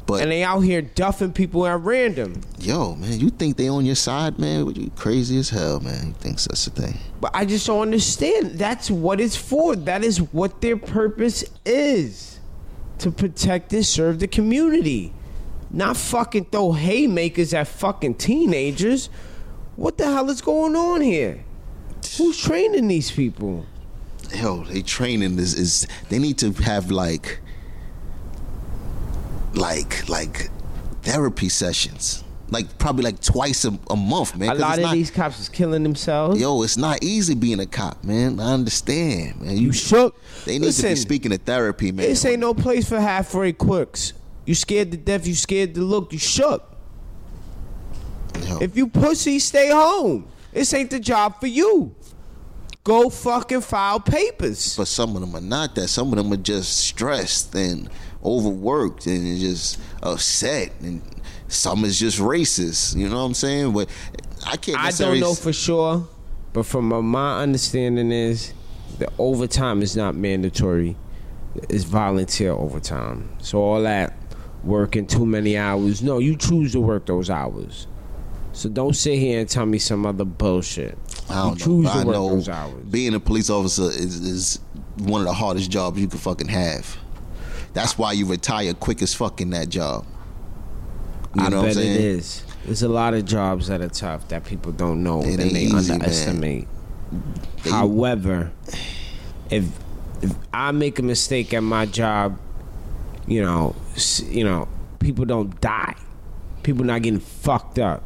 B: But
A: And they out here duffing people at random.
B: yo, man, you think they on your side, man? What You crazy as hell, man. You think such a thing?
A: But I just don't understand. That's what it's for. That is what their purpose is to protect and serve the community. Not fucking throw haymakers at fucking teenagers. What the hell is going on here? Who's training these people?
B: Yo, they training is is they need to have like, like like therapy sessions, like probably like twice a, a month, man.
A: A
B: 'cause
A: lot
B: it's
A: of
B: not-
A: these cops is killing themselves.
B: Yo, it's not easy being a cop, man. I understand, man. You,
A: you shook.
B: they need to be
A: Listen,
B: speaking to therapy, man.
A: This ain't no place for halfway quicks. You scared to death, you scared to look, you shook.
B: Yo,
A: If you pussy, stay home. This ain't the job for you. Go fucking file papers.
B: but some of them are not that. Some of them are just stressed and overworked and just upset, and some is just racist. You know what I'm saying? But I can't.
A: I
B: necessarily
A: don't know
B: s-
A: for sure, but from my, my understanding is the overtime is not mandatory. It's volunteer overtime. So all that working too many hours. No, you choose to work those hours. So don't sit here and tell me some other bullshit.
B: I
A: you
B: don't
A: choose
B: know. but
A: to
B: I
A: work
B: know
A: those hours.
B: being a police officer is, is one of the hardest jobs you can fucking have. That's why you retire quick as fuck in that job. You
A: I
B: know what I'm
A: bet
B: saying?
A: it is. There's a lot of jobs that are tough that people don't know
B: It
A: and
B: ain't
A: they
B: easy, man.
A: underestimate. However, if if I make a mistake at my job, you know, s- you know, people don't die. People not getting fucked up.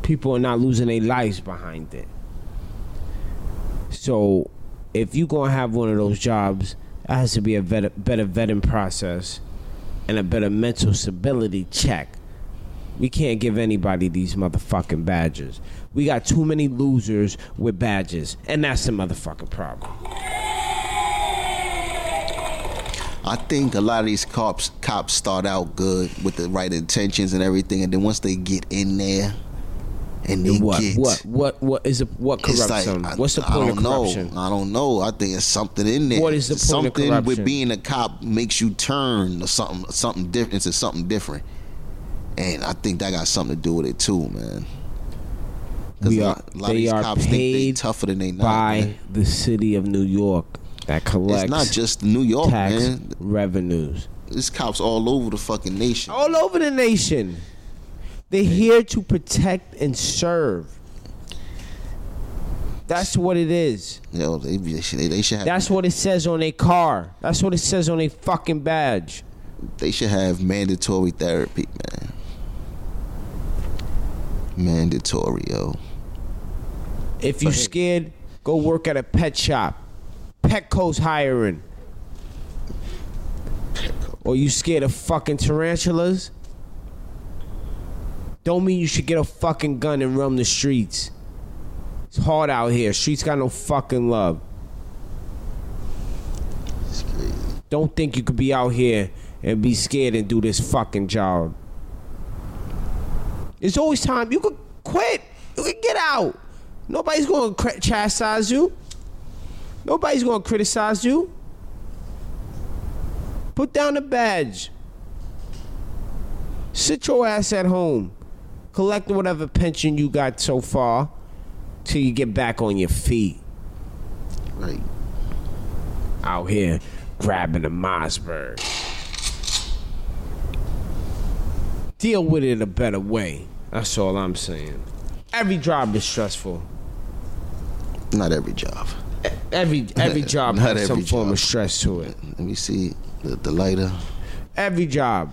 A: People are not losing their lives behind it. So, if you gonna have one of those jobs, it has to be a better, better vetting process and a better mental stability check. We can't give anybody these motherfucking badges. We got too many losers with badges, and that's the motherfucking problem.
B: I think a lot of these cops cops start out good with the right intentions and everything, and then once they get in there, and they
A: What?
B: get
A: What? What? What is a, what
B: it's
A: corrupts them?
B: I-
A: What's the
B: I
A: point
B: don't
A: of corruption?
B: Know. I don't know. I think it's something in there.
A: What is the point of
B: something
A: corruption?
B: with being a cop makes you turn or something something different into something different, and I think that got something to do with it too, man. 'Cause
A: We
B: a
A: are-
B: lot, a lot of
A: they
B: these
A: are
B: cops think they
A: paid
B: tougher than they not.
A: by
B: man.
A: the city of New York that collects
B: It's not just New York,
A: tax
B: man.
A: revenues.
B: There's cops all over the fucking nation.
A: all over the nation. They're here to protect and serve. That's what it is.
B: Yo, they, be- they, they should have
A: That's what it says on their car. That's what it says on their fucking badge.
B: they should have mandatory therapy, man. Mandatory, yo.
A: If you scared, go work at a pet shop. Petco's hiring. Or you scared of fucking tarantulas? Don't mean you should get a fucking gun and roam the streets. It's hard out here. Streets got no fucking love.
B: It's crazy.
A: Don't think you could be out here and be scared and do this fucking job. It's always time. You could quit. You could get out. Nobody's going to cr- chastise you. Nobody's going to criticize you. Put down the badge. Sit your ass at home. Collect whatever pension you got so far till you get back on your feet
B: Right.
A: out here grabbing a Mossberg. Deal with it a better way. That's all I'm saying. Every job is stressful.
B: Not every job.
A: Every every job
B: Not
A: has some
B: every
A: form
B: job.
A: of stress to it.
B: Let me see the, the lighter.
A: Every job.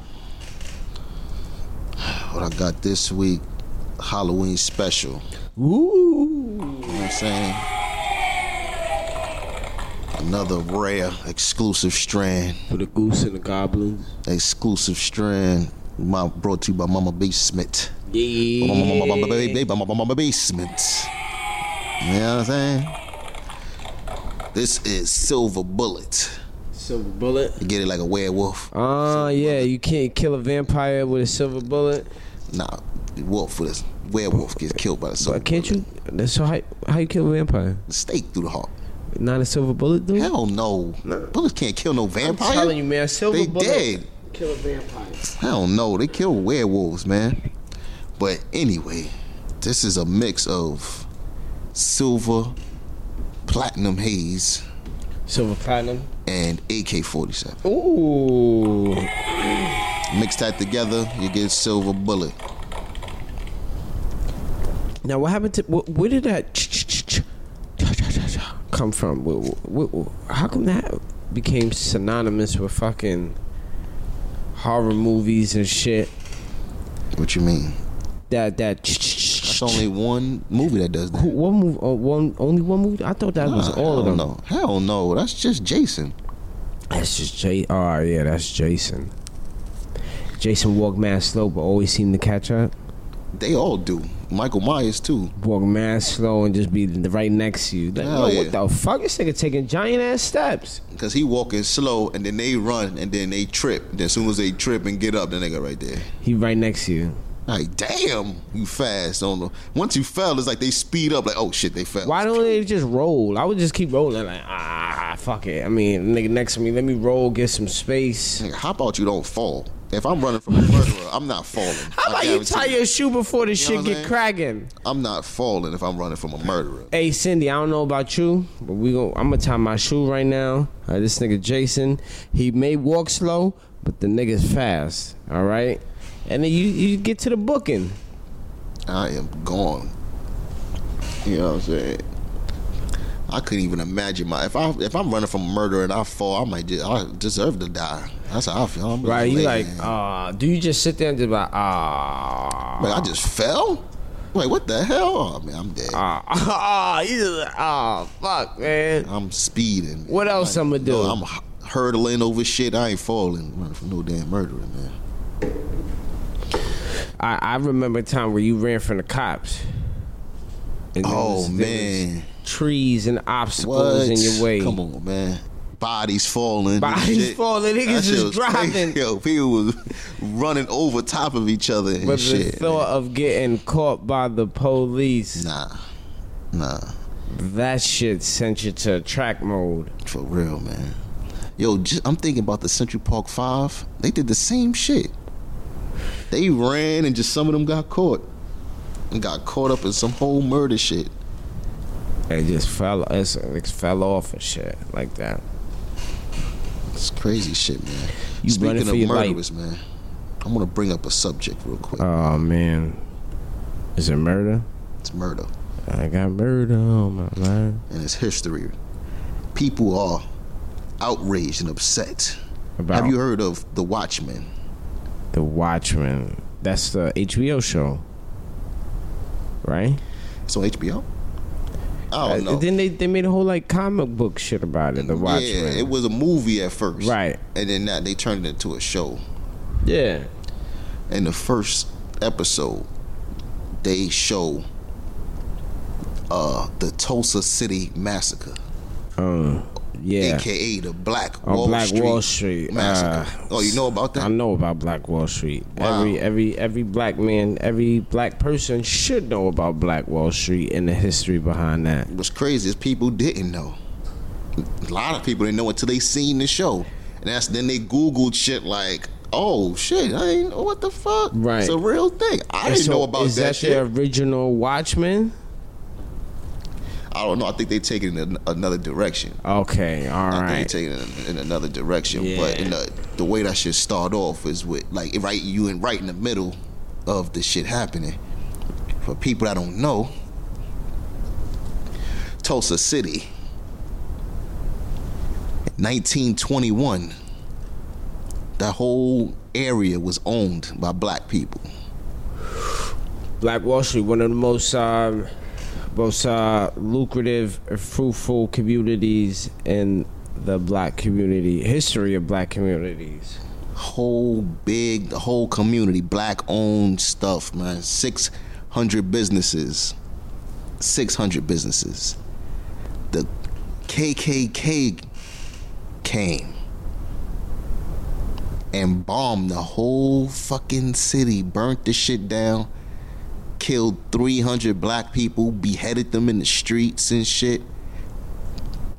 B: What I got this week, Halloween special.
A: Ooh.
B: You know what I'm saying? Another rare exclusive strand.
A: For the goose and the goblins.
B: Exclusive strand. My, brought to you by Mama Basement.
A: Yeah.
B: basement. You know what I'm saying? This is Silver Bullet.
A: Silver bullet.
B: You get it like a werewolf.
A: Ah, yeah. You can't kill a vampire with a silver bullet.
B: Nah, wolf with a werewolf gets killed by the silver
A: But can't you?
B: bullet.
A: That's so how how you kill a vampire?
B: Stake through the heart.
A: Not a silver bullet, dude.
B: Hell no. Bullets can't kill no
A: I'm
B: vampire.
A: telling you, man. Silver
B: they
A: bullet.
B: dead.
A: Kill a vampire.
B: I don't know. They kill werewolves, man. But anyway, this is a mix of silver, platinum haze,
A: Silver platinum.
B: and AK 47.
A: Ooh.
B: Mix that together, you get silver bullet.
A: Now, what happened to wh- where did that ch- ch- ch- ch- cha- cha- cha- cha come from? Wh- wh- wh- How come that became synonymous with fucking horror movies and shit?
B: What you mean?
A: That that. ch- ch- ch-
B: It's
A: ch-
B: only one movie that does
A: who-
B: that.
A: One movie, oh, one only one movie. I thought that was
B: Nah,
A: all of
B: hell
A: them.
B: No. Hell no. That's just Jason.
A: That's just Jay. Oh yeah, that's Jason. Jason walked mad slow, but always seemed to catch up.
B: They all do. Michael Myers too.
A: walk mad slow and just be right next to you. Like, yo,
B: Hell yeah.
A: what the fuck? This nigga taking giant ass steps.
B: Cause he walking slow and then they run and then they trip. Then as soon as they trip and get up, then they go right there.
A: He right next to you.
B: Like, damn, you fast on the once you fell, it's like they speed up, like, oh shit, they fell.
A: Why don't they just roll? I would just keep rolling. Like, ah, fuck it. I mean, nigga next to me, let me roll, get some space.
B: Nigga, how about you don't fall? If I'm running from a murderer, I'm not falling.
A: How
B: I
A: about you
B: guarantee
A: tie your shoe before the
B: know what
A: shit
B: I'm
A: get
B: saying?
A: cracking?
B: I'm not falling if I'm running from a murderer.
A: Hey Cindy, I don't know about you, but we gon' I'm gonna tie my shoe right now. Uh, this nigga Jason, he may walk slow, but the nigga's fast. All right, and then you you get to the booking.
B: I am gone. You know what I'm saying? I couldn't even imagine my if I if I'm running from murder and I fall, I might just I deserve to die. That's how I feel. I'm
A: Right? You like,
B: man.
A: uh, do you just sit there and just like, ah,
B: Like, I just fell. Wait, what the hell? Oh man, I'm dead.
A: ah, ah, you just like, ah, fuck, man.
B: I'm speeding. man.
A: What else
B: Like,
A: I'ma
B: no,
A: do?
B: I'm h- hurtling over shit. I ain't falling. Running from no damn murderer, man.
A: I, I remember a time where you ran from the cops. And there
B: Oh
A: was- there was
B: man,
A: trees and obstacles in
B: what?
A: your way.
B: Come on, man. Bodies falling. and
A: Bodies
B: shit.
A: falling, niggas
B: That shit
A: is
B: was
A: driving.
B: crazy. Yo, people was running over top of each other and
A: But the
B: shit.
A: thought of getting caught by the police,
B: Nah, nah,
A: that shit sent you to track mode.
B: for real, man. Yo, just, I'm thinking about the Central Park Five. They did the same shit. They ran and just some of them got caught and got caught up in some whole murder shit.
A: It just fell. It's, it fell off and shit like that.
B: It's crazy shit, man.
A: You running
B: Speaking
A: for
B: of
A: your
B: murderers, man, I'm gonna bring up a subject real quick.
A: Oh man, is it murder?
B: it's murder
A: I got murder on my mind
B: and it's history. People are outraged and upset.
A: about
B: Have you heard of The Watchmen?
A: the Watchmen. That's the HBO show, right?
B: It's on HBO. I
A: Uh,
B: don't know.
A: Then they they made a whole like comic book shit about it. The Watchmen.
B: Oh, Yeah, it was a movie at first,
A: Right.
B: And then that they turned it into a show.
A: Yeah.
B: In the first episode, they show uh the Tulsa City Massacre,
A: Uh, yeah.
B: aka the Black
A: Oh,
B: Wall
A: Black
B: Street
A: Wall Street.
B: Massacre.
A: Uh,
B: oh, you know about
A: I
B: that?
A: know about Black Wall Street.
B: Wow.
A: Every every every black man, every black person should know about Black Wall Street and the history behind that.
B: What's crazy is people didn't know. A lot of people didn't know until they seen the show, and that's then they Googled shit like. Oh shit! I ain't know what the fuck.
A: Right.
B: it's a real thing. I
A: And
B: didn't
A: so
B: know about
A: is that,
B: shit.
A: the original Watchmen?
B: I don't know. I think they take it in an- another direction.
A: Okay, all
B: I think
A: right.
B: they take it in, in another direction. But
A: Yeah.
B: in the, the way that should start off is with like right you in right in the middle of the shit happening. For people that don't know, Tulsa City, 1921. That whole area was owned by black people.
A: Black Wall Street, one of the most um, most uh, lucrative, fruitful communities in the black community, history of black communities.
B: whole big the whole community black owned stuff man 600 businesses 600 businesses the kkk came and bombed the whole fucking city burnt the shit down killed 300 black people beheaded them in the streets and shit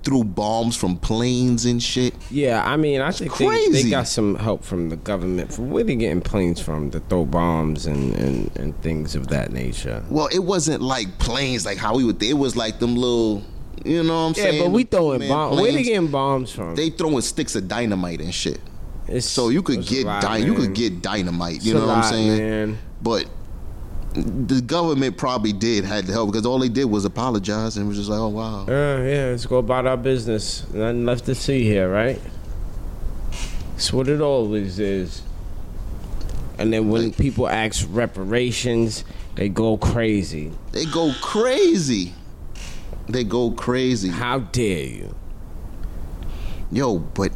B: threw bombs from planes and shit
A: Yeah, I mean, I think they, they
B: crazy.
A: got some help from the government. From where they getting planes from to throw bombs and, and, and things of that nature.
B: Well, it wasn't like planes, like how we would. It was like them little, you know what I'm
A: Yeah,
B: saying?
A: but we throwing
B: Man,
A: bombs. Where they
B: planes,
A: getting bombs from?
B: They throwing sticks of dynamite and shit.
A: It's-
B: So you could
A: it's a
B: get
A: lot,
B: dy- you
A: man.
B: could get dynamite. You
A: It's a
B: know what I'm
A: lot,
B: saying?
A: man.
B: But the government probably did had to help because all they did was apologize and was just like, oh wow.
A: Uh, yeah, let's go about our business. Nothing left to see here, right? That's what it always is. And then when people ask reparations, they go crazy.
B: They go crazy. They go crazy.
A: How dare you?
B: Yo, but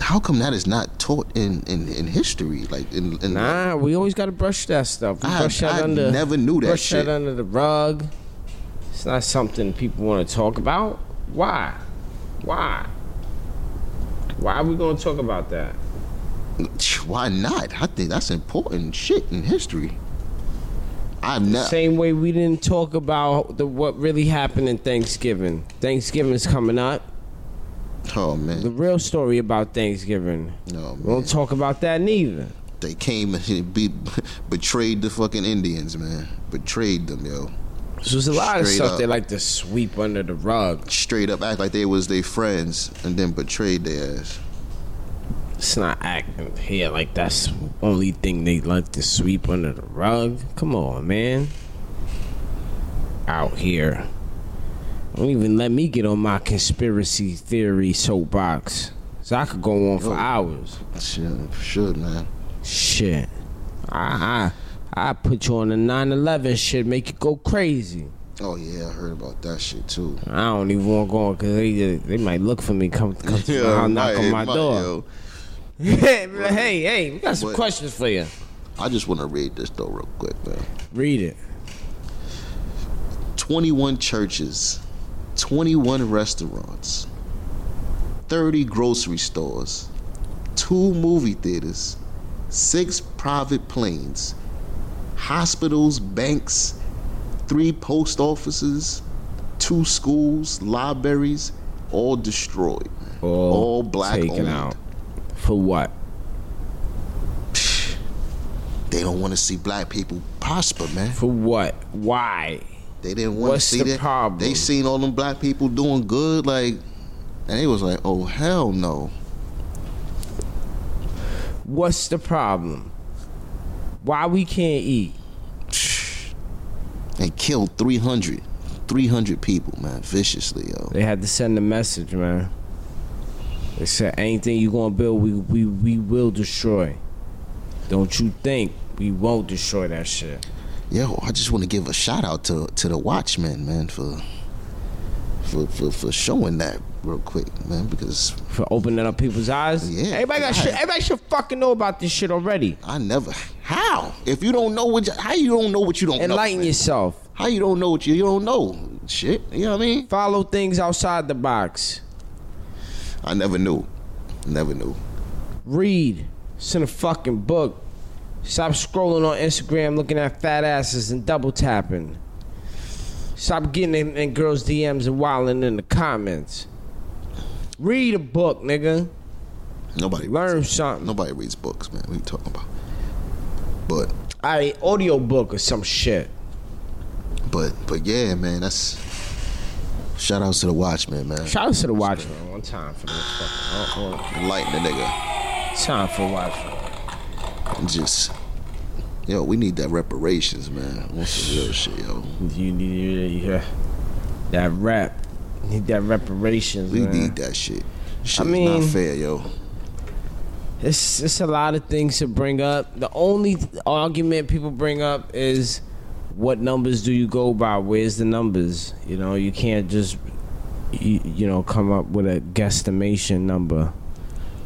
B: how come that is not taught in in, in history? Like in, in
A: Nah, we always gotta brush that stuff. We
B: I-
A: brush that
B: I
A: under.
B: never knew that
A: brush
B: shit.
A: that under the rug. It's not something people want to talk about. Why? Why? Why are we gonna talk about that?
B: Why not? I think that's important shit in history. I've never.
A: Same way we didn't talk about the what really happened in Thanksgiving. Thanksgiving's coming up.
B: Oh
A: The
B: man,
A: real story about Thanksgiving.
B: no
A: We
B: man.
A: don't talk about that neither.
B: They came and be, betrayed the fucking Indians, man. Betrayed them, yo.
A: So there's a lot of
B: Straight
A: stuff
B: up.
A: they like to sweep under the rug.
B: Straight up act like they was their friends and then betrayed their ass.
A: It's not acting here like that's the only thing they like to sweep under the rug. Come on, man. Out here Don't even let me get on my conspiracy theory soapbox. So I could go on for hours.
B: Sure, for sure, man.
A: Shit. I, I, I put you on the 9 11 shit, make you go crazy.
B: Oh yeah, I heard about that shit too.
A: I don't even want to go on because they, just- they might look for me, come, come to my
B: it
A: house, knock
B: might-
A: on
B: it
A: my
B: might,
A: door.
B: yo.
A: hey, hey, we got some
B: What?
A: questions for you.
B: I just want to read this though, real quick, man.
A: Read it.
B: 21 churches, 21 restaurants, 30 grocery stores, two movie theaters, six private planes, hospitals, banks, three post offices, two schools, libraries, all destroyed.
A: All
B: black
A: taken
B: owned.
A: out. For what?
B: They don't want to see black people prosper, man.
A: For what? Why?
B: They didn't want to
A: What's
B: see
A: the
B: that.
A: problem?
B: They seen all them black people doing good, like, and they was like, "Oh hell no."
A: What's the problem? Why we can't eat?
B: and killed 300 300 people man viciously yo
A: They had to send a message, man. They said anything you gonna build, we we we will destroy. Don't you think we won't destroy that shit?
B: yo i just want to give a shout out to to the watchmen man for for for, for showing that real quick man because
A: For opening up people's eyes.
B: Yeah,
A: Everybody got
B: right.
A: shit. Everybody should fucking know about this shit already.
B: i never how if you don't know what you- how you don't know what you don't
A: Enlighten
B: know man?
A: yourself.
B: how you don't know what you, you don't know shit you know what i mean
A: Follow things outside the box.
B: i never knew never knew
A: Read. It's in a fucking book. Stop scrolling on Instagram looking at fat asses and double tapping. Stop getting in, in girls' DMs and wilding in the comments. Read a book, nigga.
B: nobody
A: Learn
B: reads,
A: something.
B: nobody reads books man what you talking about but
A: All right, audio book or some shit.
B: but but yeah man that's shout outs to the watchmen man
A: Shout out to the Watchman one time for this fucking. oh,
B: enlighten the nigga
A: oh. Time for Watchman.
B: just yo, we need that reparations, man. On some real shit, yo.
A: You need you, you, that rap. Need that reparations.
B: We
A: man.
B: need that shit. Shit's
A: mean-
B: not fair, yo.
A: It's it's a lot of things to bring up. The only argument people bring up is what numbers do you go by? Where's the numbers? You know, you can't just you, you know come up with a guesstimation number.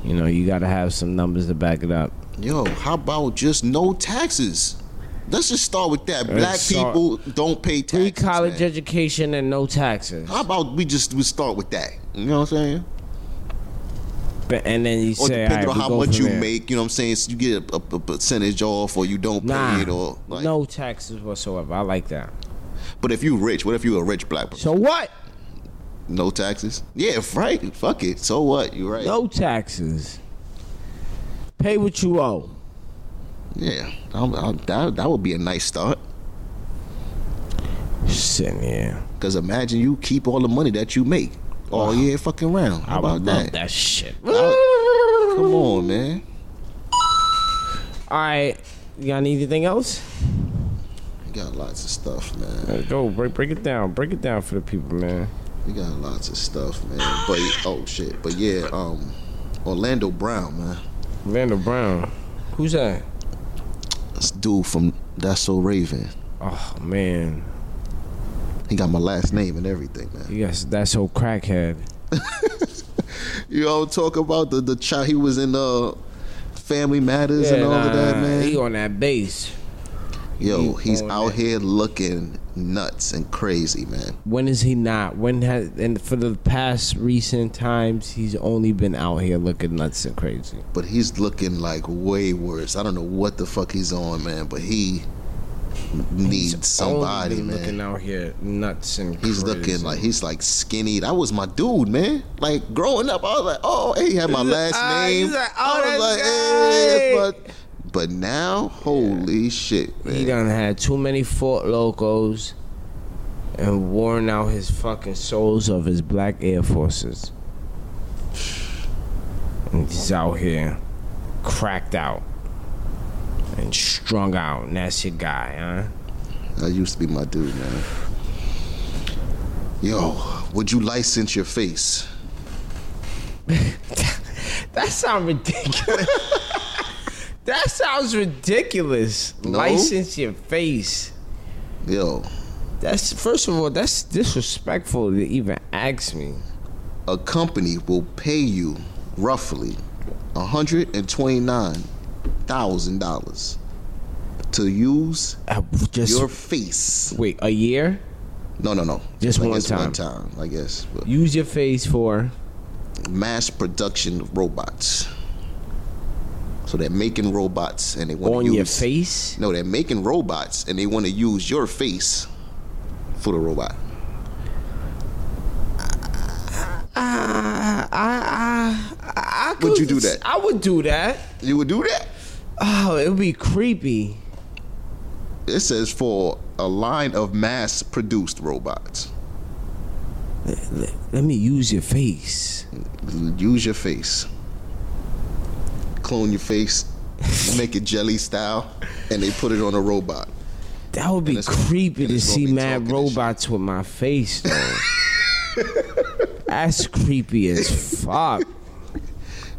A: You know, you got to have some numbers to back it up.
B: Yo, how about just no taxes? Let's just start with that. Black
A: so-
B: people don't pay
A: Free
B: taxes.
A: college
B: man.
A: education and no taxes.
B: How about we just we start with that? You know what I'm saying?
A: But- And then you
B: Or
A: say,
B: depending
A: "All
B: on
A: right,
B: how
A: we go
B: much
A: from
B: you
A: there."
B: make, you know what I'm saying? So you get a, a, a percentage off, or you don't
A: Nah,
B: pay it, or like.
A: no taxes whatsoever. I like that.
B: But if you rich, what if you a rich black person?
A: So what?
B: No taxes? Yeah, right. Fuck it. So what? You right?
A: No taxes. Pay what you owe.
B: Yeah, I'm, i that that would be a nice start.
A: Sitting here.
B: Cause imagine you keep all the money that you make all year fucking round. How about that?
A: shit.
B: Come on, man.
A: All right, y'all need anything else?
B: We got lots of stuff, man.
A: Go break break it down. Break it down for the people, man.
B: We got lots of stuff, man. But oh shit. But yeah, um, Orlando Brown, man.
A: Randall Brown. Who's that?
B: This dude from That's So Raven.
A: Oh man,
B: He got my last name and everything, man.
A: you guys, that's so crackhead.
B: You all talk about the the child he was in uh Family Matters and all of that,
A: nah,
B: man.
A: He on that bass.
B: Yo,
A: he
B: he's
A: on
B: out
A: that.
B: here looking nuts and crazy, man.
A: When is he not? When has and for the past recent times, he's only been out here looking nuts and crazy.
B: but he's looking like way worse. I don't know what the fuck he's on, man, but he needs somebody,
A: only been
B: man.
A: Looking out here nuts and
B: He's
A: crazy.
B: looking like he's like skinny. That was my dude, man. Like growing up, I was like, oh, hey, he had my last
A: ah,
B: name.
A: he's like, oh,
B: I was
A: that's
B: like, hey,
A: right.
B: but but now, holy shit, man.
A: He done had too many Fort Locos and worn out his fucking soles of his black Air Forces. And he's out here cracked out and strung out, and that's your guy, huh?
B: That used to be my dude, man. Yo, would you license your face?
A: That sounds ridiculous. that sounds ridiculous.
B: No?
A: License your face.
B: Yo,
A: That's first of all, that's disrespectful to even ask me.
B: a company will pay you roughly $129,000 to use
A: Uh, just
B: your face.
A: wait a year.
B: No, no, no.
A: Just
B: I
A: one
B: guess One time, I guess. But
A: Use your face for
B: mass production of robots. So they're making robots and they want
A: on
B: to use
A: your face.
B: No, they're making robots and they want to use your face for the robot.
A: Ah, I, I, I, I could,
B: you do that?
A: I would do that.
B: You would do that?
A: Oh, it would be creepy.
B: It says for a line of mass produced robots.
A: Let, let me use your face.
B: Use your face. Clone your face, make it jelly style, and they put it on a robot.
A: That would be
B: And it's gonna-
A: creepy
B: and
A: to
B: it's gonna
A: see
B: be
A: mad
B: talking and shit.
A: robots with my face though. That's creepy as fuck.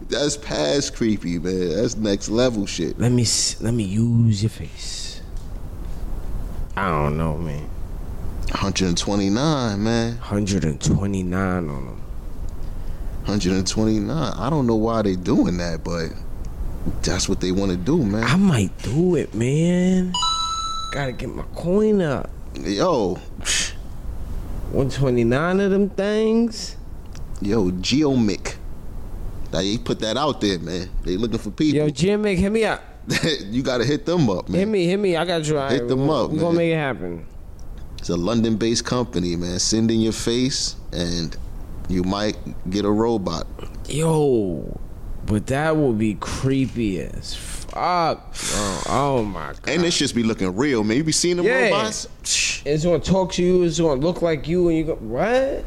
B: That's past creepy, man. That's next level shit.
A: Let me s- let me use your face. I don't know, man.
B: 129, man.
A: 129 on them.
B: 129. I don't know why they doing that, but that's what they want to do, man.
A: I might do it, man. Gotta get my coin up.
B: Yo,
A: 129 of them things.
B: yo, Geomic. They put that out there, man. They looking for
A: Yo,
B: people.
A: Jimmy, hit me up.
B: you gotta hit them up,
A: Hit
B: man.
A: me, hit me. I got you. All
B: Hit
A: right,
B: them
A: we-
B: up,
A: We gonna
B: man.
A: make it happen.
B: It's a London-based company, man. Send in your face, and you might get a robot.
A: Yo, but that would be creepy as fuck. bro. Oh my god.
B: And this just be looking real, man. You be seeing them
A: Yeah.
B: robots? Shh.
A: It's gonna talk to you. It's gonna look like you, and you go what?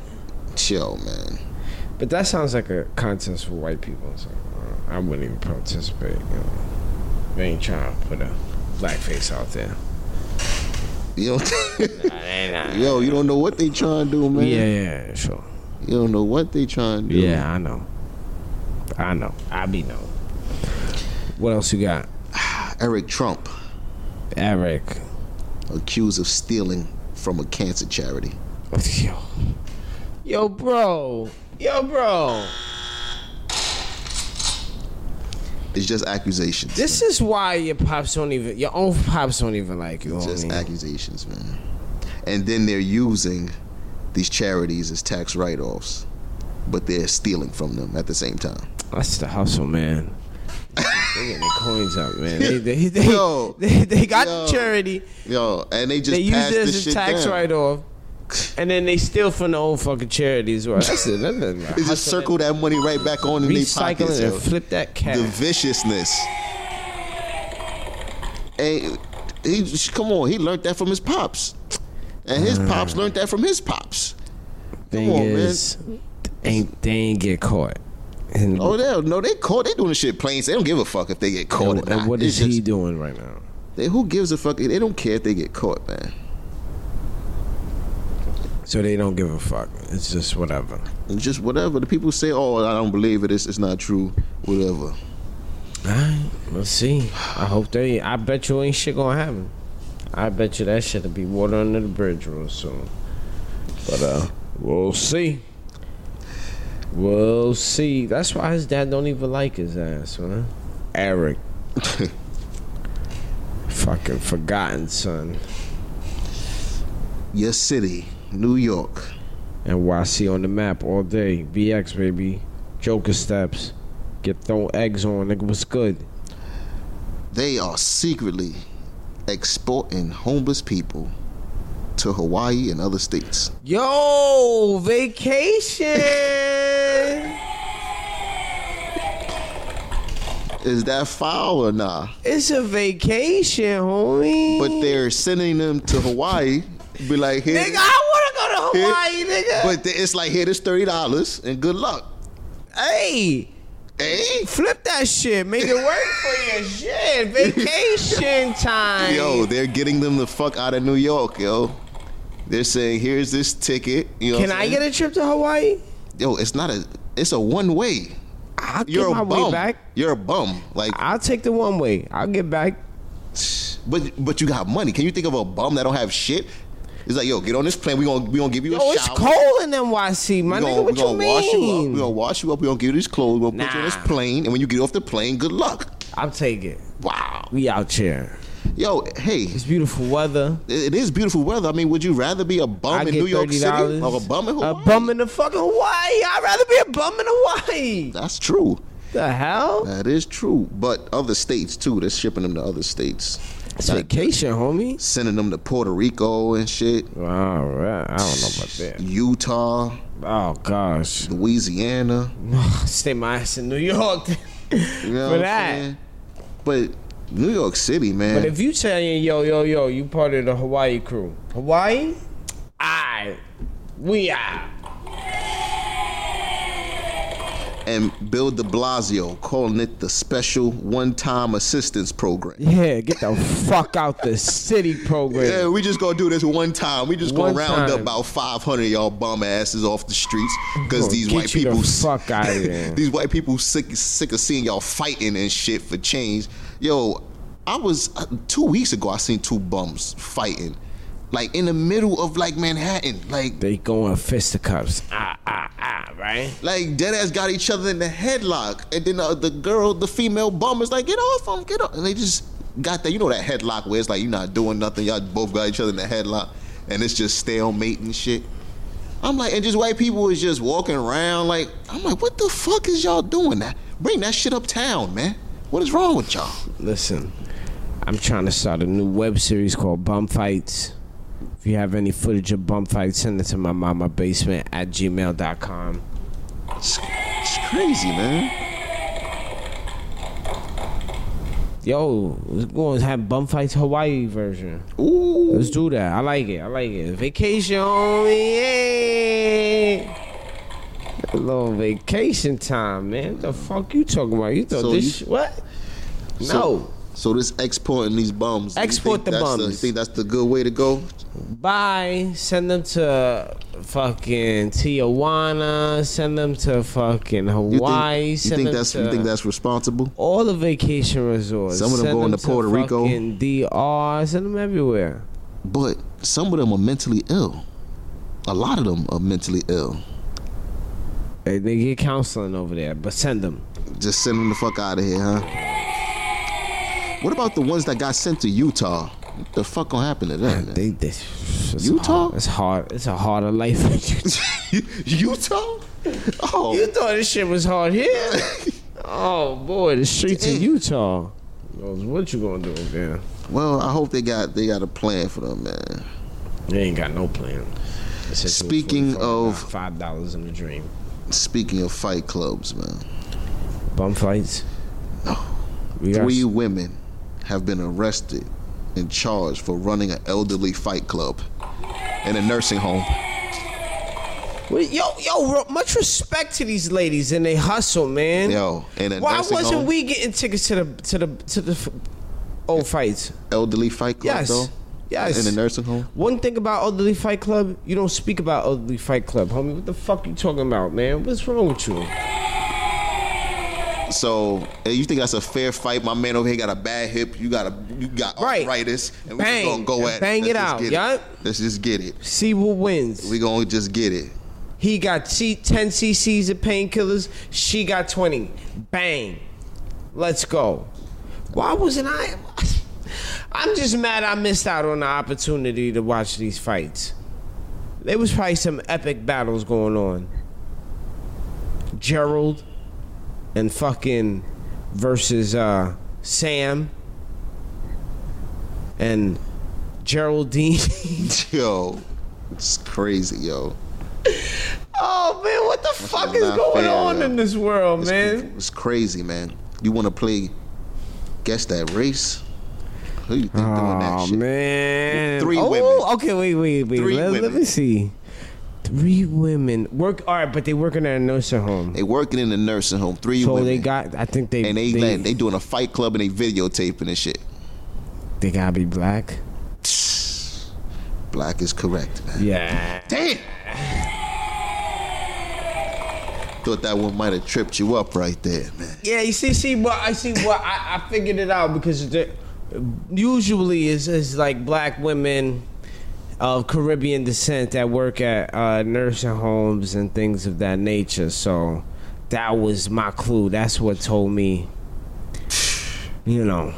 B: Chill, man.
A: But that sounds like a contest for white people. So uh, I wouldn't even participate. You know. They ain't trying to put a black face out there.
B: You don't.
A: Yeah,
B: yo, you don't know what they trying to do, man.
A: yeah, sure.
B: You don't know what they trying to do.
A: Yeah, I know. I know. I be know. What else you got,
B: Eric Trump
A: Eric?
B: accused of stealing from a cancer charity.
A: Yo. Yo, bro. Yo, bro.
B: It's just accusations.
A: This is why your pops don't even, your own pops don't even like you.
B: just
A: homie.
B: accusations, man. And then they're using these charities as tax write-offs, but they're stealing from them at the same time.
A: That's the hustle, man. they getting their coins up, man. They, they, they,
B: Yo.
A: they, they got
B: Yo.
A: the charity.
B: Yo, and they just
A: They use
B: passed
A: this
B: this
A: as
B: shit
A: tax
B: down.
A: write off. And then they steal from the old fucking charities. Well, that's it. That's it.
B: They just circle that money right back on in their
A: Recycle
B: pockets.
A: it and
B: yo.
A: flip that cash.
B: The viciousness. Hey, he come on. He learned that from his pops, and
A: Uh.
B: his pops learned that from his pops.
A: Thing
B: on, man.
A: is, ain't they ain't get caught. And,
B: Oh, they no, they caught. They doing this shit plain. They don't give a fuck if they get caught
A: and,
B: or not.
A: what
B: It's
A: is he
B: just-
A: doing right now?
B: They, who gives a fuck? They don't care if they get caught, man.
A: So they don't give a fuck. It's just whatever.
B: It's just whatever. The people say, "Oh, I don't believe it. It's, it's not true." Whatever.
A: All right, let's see. I hope they. I bet you ain't shit gonna happen. I bet you that shit'll be water under the bridge real soon. But uh, we'll see. We'll see. That's why his dad don't even like his ass, man. Eric, fucking forgotten son.
B: Your city, New York.
A: NYC on the map all day. VX baby, Joker steps. Get thrown eggs on. Nigga, what's good?
B: They are secretly exporting homeless people to Hawaii and other states.
A: Yo, vacation.
B: Is that foul or nah?
A: It's a vacation, homie.
B: But they're sending them to Hawaii. Be like, here.
A: nigga, I wanna go to Hawaii, nigga.
B: But th- it's like, here, this thirty dollars and good luck. Eh?
A: hey,
B: Hey.
A: flip that shit. Make it work for your shit. Vacation time.
B: Yo, they're getting them the fuck out of New York, yo. They're saying, "Here's this ticket." You know
A: Can I get a trip to Hawaii?
B: it? Yo, it's not a. It's a one way.
A: I'll
B: You're
A: get my
B: a bum.
A: way back. Ah.
B: You're a bum. Like,
A: I'll take the one way. I'll get back.
B: but but you got money. Can you think of a bum that don't have shit? It's like, yo, get on this plane. We gonna we gonna give you
A: Yo,
B: a
A: it's
B: shower.
A: cold in NYC, my
B: We gonna,
A: nigga. What
B: we gonna
A: you
B: wash you up.
A: mean?
B: We gonna wash you up. We gonna give you these clothes. We gonna put you on this
A: Nah.
B: plane. And when you get off the plane, good luck.
A: I'll take it.
B: Wow.
A: We out here.
B: Yo, hey,
A: It's beautiful weather.
B: it is beautiful weather. I mean, would you rather be a bum
A: I
B: in
A: get
B: New York City
A: $30.
B: or a bum in Hawaii?
A: A bum in the fucking Hawaii. I'd rather be a bum in Hawaii.
B: That's true.
A: The hell?
B: That is true. But other states too. They're shipping them to other states.
A: It's vacation, homie.
B: Sending them to Puerto Rico and shit.
A: All right. I don't know about that.
B: Utah,
A: Oh, gosh.
B: Louisiana.
A: Stay my ass in New York
B: You
A: for
B: know what I'm
A: that.
B: saying? But New York City, man.
A: But if you telling yo, yo, yo, you part of the Hawaii crew. Hawaii? I. We are.
B: and Bill de Blasio calling it the special one time assistance program.
A: Yeah, get the fuck out the city program.
B: Yeah, we just gonna do this one time. We just gonna
A: One
B: round up
A: time.
B: about 500 of y'all bum asses off the streets because
A: Gonna
B: these
A: get
B: white
A: you the
B: people,
A: fuck outta here.
B: these white people sick sick of seeing y'all fighting and shit for change. Yo, I was uh, two weeks ago. I seen two bums fighting, like in the middle of like Manhattan, like
A: They going fisticuffs. Ah, ah, ah, right?
B: Like dead ass got each other in the headlock, and then uh, the girl, the female bum, is like, "Get off him, get off!" And they just got that, you know, that headlock where it's like you're not doing nothing. Y'all both got each other in the headlock, and it's just stalemate and shit. I'm like, and just white people is just walking around like, I'm like, what the fuck is y'all doing? That bring that shit uptown, man. What is wrong with y'all?
A: Listen, I'm trying to start a new web series called Bum Fights. If you have any footage of bum fights, send it to my mama basement at gmail.com.
B: It's, it's crazy, man.
A: Yo, we're going to have bum fights Hawaii version.
B: Ooh,
A: Let's do that. I like it. I like it. Vacation, homie. Yeah. A little vacation time, man. The fuck you talking about? You thought
B: So
A: this
B: you-
A: what? No.
B: So- So this exporting these bums. you
A: Export
B: think
A: the
B: that's
A: bums.
B: you think that's the good way to go?
A: Bye. Send them to fucking Tijuana. Send them to fucking
B: You think-
A: Hawaii.
B: You
A: send
B: think
A: them
B: that's
A: to
B: you think that's responsible?
A: all the vacation resorts.
B: Some of them
A: Send
B: going to Puerto Rico.
A: fucking DR. Send them everywhere.
B: But some of them are mentally ill. A lot of them are mentally ill.
A: They, they get counseling over there, but send them.
B: Just send them the fuck out of here, huh? What about the ones that got sent to Utah? What the fuck gonna happen to them?
A: They, they, it's
B: Utah?
A: Hard. It's hard. It's a harder life.
B: Utah? Oh,
A: you thought this shit was hard here? oh boy, the streets of
B: Damn.
A: Utah. Knows What you gonna do, man?
B: well, I hope they got they got a plan for them, man.
A: They ain't got no plan. It's just
B: Speaking
A: $45,
B: of-
A: five dollars in the dream,
B: Speaking of fight clubs, man,
A: bum fights. We got
B: three women have been arrested and charged for running an elderly fight club in a nursing home.
A: Wait, yo yo ro- much respect to these ladies and they hustle, man.
B: Yo, in a
A: Why
B: nursing
A: wasn't
B: home,
A: we getting tickets to the to the to the f- old fights?
B: elderly fight club
A: Yes.
B: though?
A: Yes.
B: In a nursing home?
A: One thing about Elderly Fight Club, you don't speak about Elderly Fight Club, homie. What the fuck you talking about, man? What's wrong with you?
B: So eh, you think that's a fair fight? My man over here got a bad hip. You got a you got
A: Right.
B: arthritis, and we
A: Bang.
B: just gonna go at
A: Bang
B: it.
A: it
B: Let's just
A: out,
B: get
A: yup.
B: Let's just get it.
A: See what wins.
B: We gonna just get it.
A: He got C- 10 cc's of painkillers. She got 20. Bang. Let's go. Why wasn't I? I'm just mad I missed out on the opportunity to watch these fights. There was probably some epic battles going on. Gerald and fucking versus uh, Sam and Geraldine.
B: Yo, it's crazy, yo.
A: Oh man, what the fuck is
B: not
A: going
B: fair,
A: on
B: yo.
A: in this world,
B: It's,
A: man?
B: it's crazy, man. You want to play? Guess that race? Who you think doing that shit?
A: man,
B: Three
A: oh,
B: women.
A: Okay, wait, wait, wait.
B: Three
A: Let, let
B: women.
A: me see. Three women work. All right, but they working at a nursing home,
B: They working in a nursing home. Three
A: so
B: women.
A: they got. I think they
B: and they,
A: they,
B: they they doing a fight club and they videotaping and shit.
A: they gotta be black.
B: Black is correct, man.
A: Yeah.
B: Damn. Thought that one might have tripped you up right there, man.
A: Yeah, you see, see, but I see what I, I figured it out because the, usually it's, it's like black women of Caribbean descent that work at uh, nursing homes and things of that nature. So that was my clue. That's what told me, you know.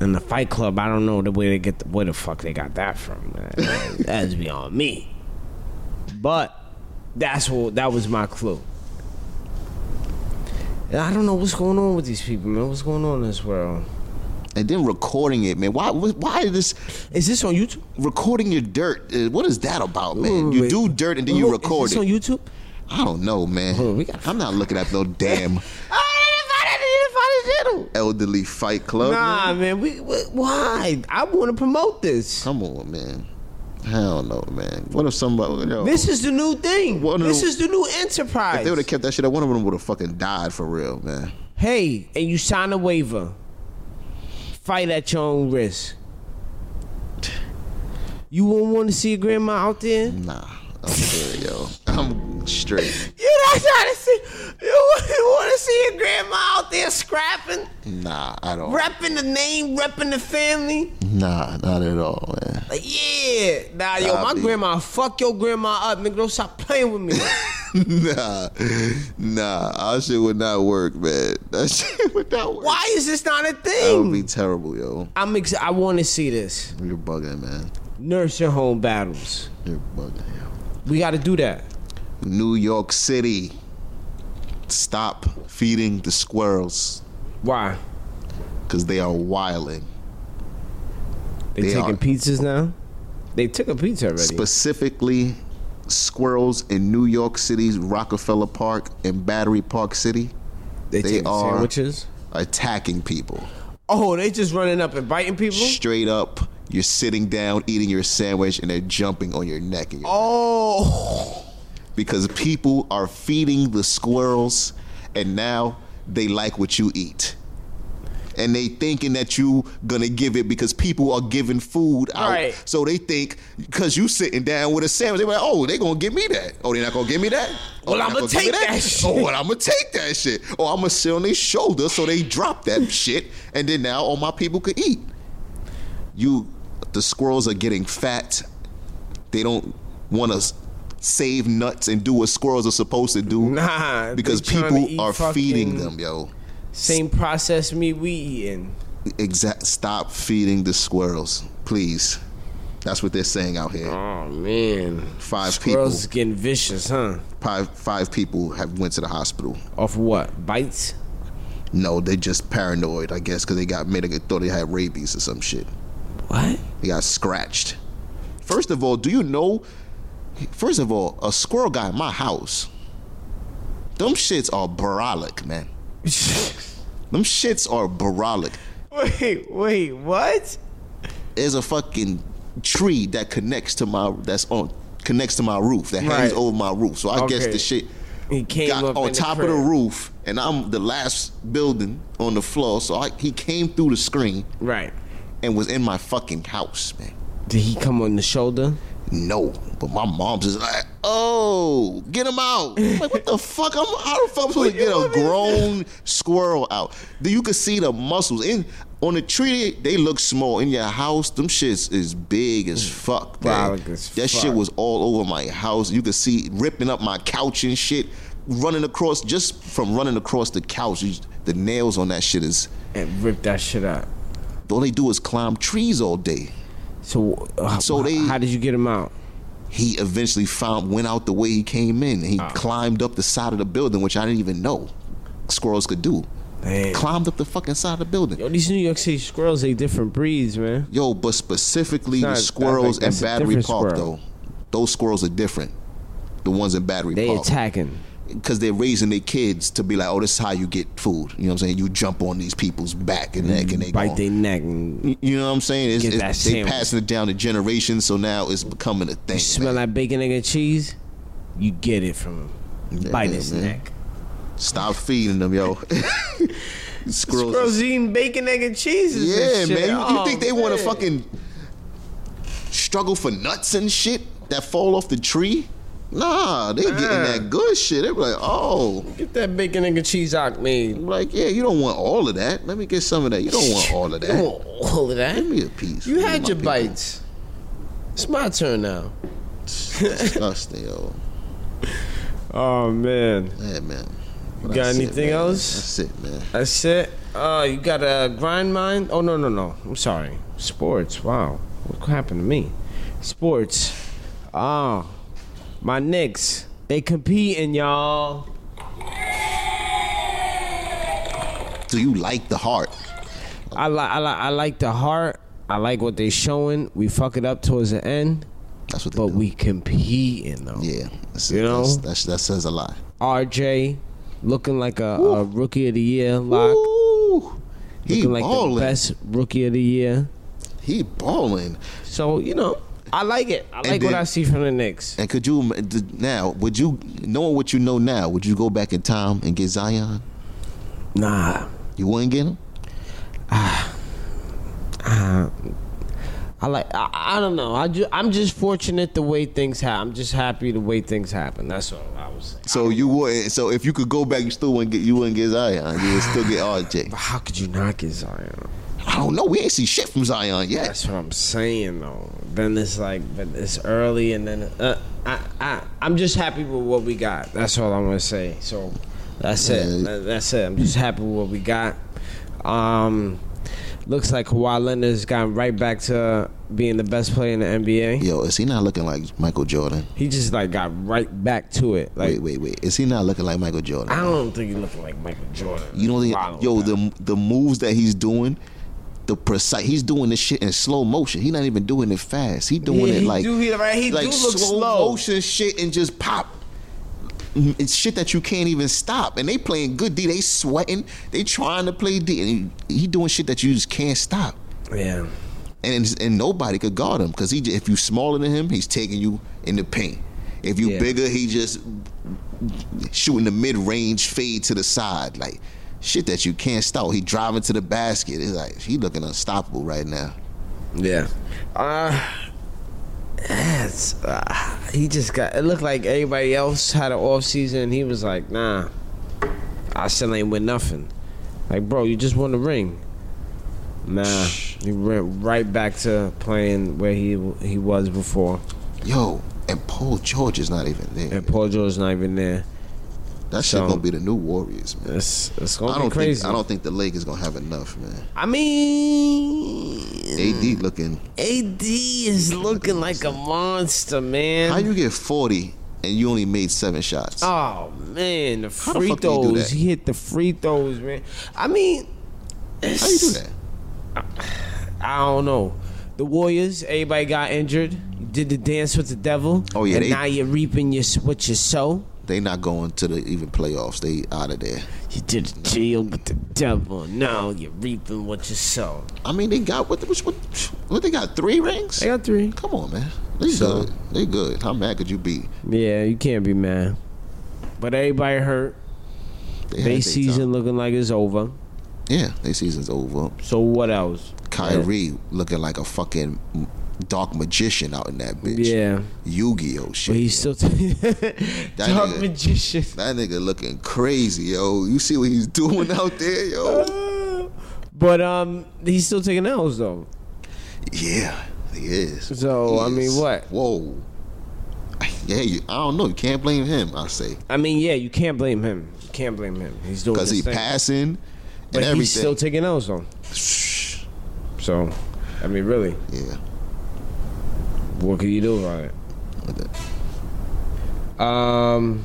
A: In the Fight Club, I don't know the way they get the, where the fuck they got that from. man. That's beyond me. But that's what that was my clue. And I don't know what's going on with these people, man. What's going on in this world?
B: And then recording it, man. Why? wh- Why is this
A: Is this on YouTube?
B: recording your dirt? uh, What is that about, man?
A: Wait,
B: you
A: wait,
B: do
A: wait.
B: dirt and then you
A: Hold-
B: record
A: Is this on
B: it.
A: YouTube?
B: I don't know, man.
A: Hold on, we gotta-
B: I'm not looking at no damn
A: Oh,
B: elderly Fight Club. man.
A: Nah, man. We, we why? I want to promote this.
B: Come on, man. Hell no, man. What if somebody? Yo,
A: This is the new thing.
B: One of
A: this
B: the-
A: is the new enterprise.
B: they would have kept that shit. up, One of them would have fucking died for real, man.
A: hey, and you sign a waiver. Fight at your own risk. You won't want to see your grandma out there.
B: Nah, I'm good, yo. I'm straight.
A: You're not trying to see. You want to see your grandma out there scrapping,
B: Nah, I don't.
A: repping the name, repping the family.
B: Nah, not at all, man.
A: Like, yeah. Nah, yo,
B: Nah,
A: my
B: B.
A: grandma, fuck your grandma up, nigga. Don't stop playing with me.
B: nah, nah. Our shit would not work, man. That shit would not work.
A: Why is this not a
B: That would be
A: thing?
B: terrible, yo.
A: I'm ex- I want to see this.
B: You're bugging, man.
A: Nursing home battles.
B: You're bugging, yo.
A: We got to do that.
B: New York City. Stop feeding the squirrels
A: Why?
B: because they are wilding.
A: They,
B: They
A: taking
B: are.
A: pizzas now? They took a pizza already.
B: Specifically, squirrels in New York City's Rockefeller Park and Battery Park City
A: they
B: they
A: taking
B: are-
A: sandwiches.
B: are attacking people.
A: Oh, they just running up and biting people?
B: Straight up, you're sitting down eating your sandwich and they're jumping on your neck. And your
A: Oh.
B: because people are feeding the squirrels and now they like what you eat and they thinking that you gonna give it because people are giving food out
A: Right.
B: so they think because you sitting down with a sandwich they like oh they gonna give me that oh they not gonna give me that oh,
A: Well,
B: they not
A: I'ma
B: gonna give me
A: take that shit.
B: oh well, i'ma take that shit or i'ma sit on their shoulder so they drop that shit and then now all my people could eat you the squirrels are getting fat they don't want to save nuts and do what squirrels are supposed to do
A: Nah. they
B: because
A: trying to
B: people
A: eat
B: are feeding
A: fucking
B: them yo
A: Same processed meat we eating.
B: exact stop feeding the squirrels please that's what they're saying out here
A: Oh, man.
B: Five
A: Squirrels
B: people.
A: is getting vicious, huh?
B: five five people have went to the hospital
A: Off what? Bites?
B: no they're just paranoid i guess because they got made they thought they had rabies or some shit
A: What?
B: they got scratched first of all do you know first of all a squirrel got in my house them shits are brolic man Them shits are barolic.
A: wait, wait, what?
B: There's a fucking tree that connects to my that's on connects to my roof that
A: Right.
B: hangs over my roof. So I guess
A: Okay.
B: the shit
A: He came
B: got
A: up
B: on
A: in
B: top
A: the
B: of the
A: crib.
B: roof, and I'm the last building on the floor. So I, he came through the screen
A: Right.
B: and was in my fucking house, man.
A: Did he come on the shoulder?
B: No, but my mom's just like, oh, get him out. I'm like, what the fuck? I'm, how the fuck am I supposed to get a grown squirrel out? Then you can see the muscles in on the tree. They look small in your house. Them shits is big as fuck, man.
A: Violent Mm. as
B: That shit
A: fuck.
B: was all over my house. You could see it ripping up my couch and shit, running across just from running across the couch. you- The nails on that shit is
A: And ripped that shit out.
B: all they do is climb trees all day.
A: So, uh,
B: So
A: h-
B: they-
A: how did you get him out?
B: he eventually found went out the way he came in.
A: Ah.
B: He climbed up the side of the building, which I didn't even know squirrels could do.
A: Damn.
B: Climbed up the fucking side of the building.
A: Yo, these New York City squirrels, they different breeds, man.
B: Yo, but specifically
A: Nah,
B: the squirrels
A: that's
B: in
A: a
B: Battery
A: different
B: Park
A: squirrel.
B: though, those squirrels are different. The ones in Battery
A: They
B: Park,
A: attacking.
B: because they're raising their kids to be like, oh, this is how you get food. You know what I'm saying? You jump on these people's back and neck, and they
A: Bite
B: gone.
A: their neck and
B: You know what I'm saying? It's,
A: Get
B: it's-
A: that
B: they
A: sandwich.
B: passing it down to generations, so now it's becoming a thing.
A: smell
B: man.
A: like bacon, egg, and cheese. You get it from him.
B: Yeah,
A: Bite his
B: man.
A: neck.
B: Stop feeding them, yo. squirrels.
A: Squirrels eating bacon, egg, and Oh, cheese.
B: Yeah, man. You, you think they want to fucking struggle for nuts and shit that fall off the tree. Nah, they getting that good shit. They be like, oh,
A: Get that bacon and cheese out made.
B: like yeah, you don't want all of that. Let me get some of that. You don't want all of
A: You
B: that.
A: want all of that?
B: Give me a piece.
A: You
B: Give me
A: had
B: my
A: your
B: piece.
A: bites. It's my turn now.
B: Disgusting, yo.
A: Oh man,
B: Yeah, man.
A: got
B: That's it,
A: anything
B: man.
A: else?
B: That's it, man.
A: that's it. Uh, you got a grind mine? Oh no, no, no. I'm sorry. Sports. Wow, what happened to me? Sports. Ah, my Knicks. They competing, y'all.
B: Do you like the heart?
A: I like, I like, I like the heart. I like what they showing. We fuck it up towards the end,
B: That's what they
A: but
B: do.
A: we competing though.
B: Yeah, that's
A: You
B: it.
A: know?
B: That's, that's, that says a lot.
A: RJ looking like a, a rookie of the year lock.
B: Ooh, he
A: Looking like the
B: balling.
A: best rookie of the year.
B: He balling.
A: So you know, I like it. I like
B: then-
A: what I see from the Knicks.
B: And could you now? Would you knowing what you know now? Would you go back in time and get Zion?
A: Nah,
B: You wouldn't get him.
A: I like. I, I don't know. I ju- I'm just fortunate the way things happen. I'm just happy the way things happen. That's all I was. Saying.
B: So you would. So if you could go back, you still wouldn't get. You wouldn't get Zion. You would still get RJ.
A: How could you not get Zion?
B: I don't know. We ain't see shit from Zion yet.
A: That's what I'm saying though. Then it's like, but it's early, and then uh, I, I, I'm just happy with what we got. That's all I'm gonna say. So, that's it.
B: Yeah.
A: That- That's it. I'm just happy with what we got. Um, looks like Kawhi Leonard's gotten right back to being the best player in the NBA.
B: Yo, is he not looking like Michael Jordan?
A: He just like got right back to it. Like
B: Wait, wait, wait. Is he not looking like Michael Jordan?
A: I don't think he looking like Michael Jordan.
B: You don't think?
A: Wild
B: Yo,
A: with that.
B: the the moves that he's doing, the precise. He's doing this shit in slow motion. He's not even doing it fast. He doing
A: Yeah,
B: it
A: he
B: like
A: do- he- right, he do
B: like
A: look
B: slow,
A: slow.
B: motion shit and just pop. Mm, It's shit that you can't even stop. And they playing good D. They sweating. They trying to play D. And he, he doing shit that you just can't stop.
A: yeah.
B: And and nobody could guard him because he j- if you smaller than him, he's taking you in the paint. If you
A: Yeah.
B: bigger, he just shooting the mid range fade to the side like shit that you can't stop. He driving to the basket. It's like he looking unstoppable right now.
A: Yeah. Uh it's, uh, he just got it looked like everybody else had an off season and he was like, nah. I still ain't win nothing. Like, bro, you just won the ring. Nah. He went right back to playing where he he was before.
B: Yo, and Paul George is not even there.
A: And Paul George's not even there.
B: that shit
A: so-
B: gonna be the new Warriors, man.
A: It's it's
B: I
A: gonna
B: don't
A: be crazy.
B: think I don't think the Lakers gonna have enough, man.
A: I mean
B: AD looking.
A: AD is looking like a monster, man.
B: How you get forty and you only made seven shots?
A: Oh man, the
B: the
A: free
B: fuck do you do
A: throws.
B: that?
A: He hit the free throws, man. I mean,
B: How you do that?
A: I don't know. The Warriors, everybody got injured. You did the dance with the devil.
B: Oh, yeah,
A: and
B: they-
A: now you're reaping your what you sow.
B: They not going to the even playoffs. They out of there.
A: You did a deal with the devil. Now you're reaping what you sow.
B: I mean, they got what? What? What, what they got? Three rings?
A: I got three.
B: Come on, man. They
A: So-
B: good. They good. How mad could you be?
A: Yeah, you can't be mad. But everybody hurt.
B: had
A: They
B: their
A: season
B: time.
A: looking like it's over.
B: Yeah, they season's over.
A: So what else?
B: Kyrie looking like a fucking dark magician out in that bitch.
A: Yeah.
B: Yu-Gi-Oh shit.
A: But he's still dark
B: nigga-
A: magician.
B: that nigga looking crazy, yo. You see what he's doing out there, yo?
A: But um, he's still taking L's though.
B: Yeah, he is.
A: So,
B: He
A: I mean,
B: is.
A: what?
B: Whoa. Yeah, you, I don't know. You can't blame him. I say
A: I mean, yeah, you can't blame him. You can't blame him. He's doing
B: because
A: his
B: he
A: thing.
B: passing and
A: but
B: everything.
A: he's still taking L's though. So, I mean, really,
B: yeah.
A: what can you do about it?
B: What the-
A: Um,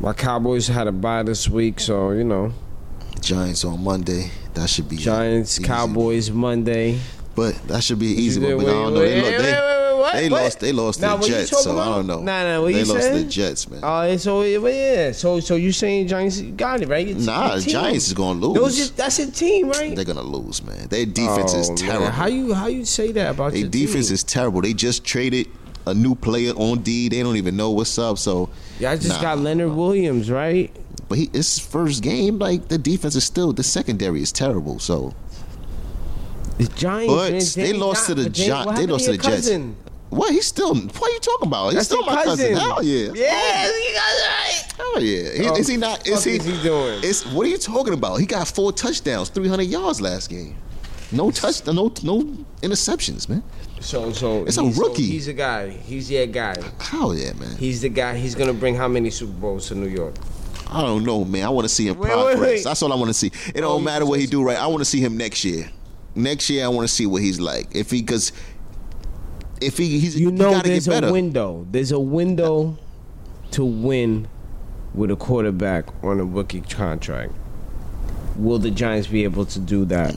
A: my Cowboys had a bye this week, so you know,
B: Giants on Monday. That should be
A: Giants,
B: easy.
A: Cowboys Monday.
B: But that should be an easy one.
A: Wait,
B: But I don't know.
A: wait,
B: They, lo-
A: wait,
B: they,
A: wait, wait, what?
B: they
A: What?
B: lost. They lost
A: Nah,
B: to
A: what
B: the
A: you
B: Jets.
A: talking
B: So I
A: about?
B: don't know.
A: Nah, nah, what
B: they
A: you
B: lost to the
A: saying?
B: Jets, man.
A: Oh, it's so well, yeah. So, so you saying Giants you got it right? It's
B: nah,
A: your
B: the
A: team.
B: Giants is gonna lose.
A: Those, your- that's your team, right?
B: They're gonna lose, man. Their defense
A: Oh, man,
B: is terrible.
A: How you how you say that about
B: Their
A: your
B: defense
A: team?
B: is terrible. They just traded a new player on D. They don't even know what's up. So
A: Y'all just
B: nah.
A: got Leonard Williams, right?
B: But he, it's his first game. Like the defense is still the secondary is terrible. So
A: The Giants. man,
B: But they, lost
A: not-
B: to the
A: but they-
B: Giants.
A: what
B: They
A: happened
B: lost to
A: to
B: the
A: your
B: Jets.
A: cousin?
B: What? He's still. What are you talking about? He's
A: That's
B: still
A: your
B: my cousin.
A: cousin.
B: Hell yeah.
A: Yes,
B: you right. Hell yeah. He-
A: Oh,
B: is he not? Is
A: fuck
B: he,
A: is he doing?
B: It's what are you talking about? He got four touchdowns, three hundred yards last game. No touch. No no interceptions, man.
A: So so
B: It's a
A: he's- so
B: rookie.
A: he's a guy. He's your guy.
B: Hell yeah, man.
A: He's the guy. He's gonna bring how many Super Bowls to New York?
B: I don't know, man. I want to see him
A: Wait, wait,
B: progress.
A: wait.
B: That's all I want to see. It
A: Oh,
B: don't matter what he
A: Jesus.
B: do, right? I want to see him next year. Next year, I want to see what he's like. If he, because if he, he's
A: You
B: he
A: know,
B: gotta
A: there's
B: get better.
A: a window. There's a window to win with a quarterback on a rookie contract. Will the Giants be able to do that?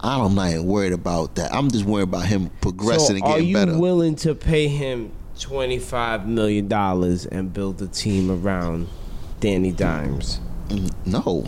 B: I, I'm not even worried about that. I'm just worried about him progressing and
A: so are
B: getting
A: you
B: better.
A: willing to pay him twenty five million dollars and build a team around Danny Dimes?
B: Mm, no.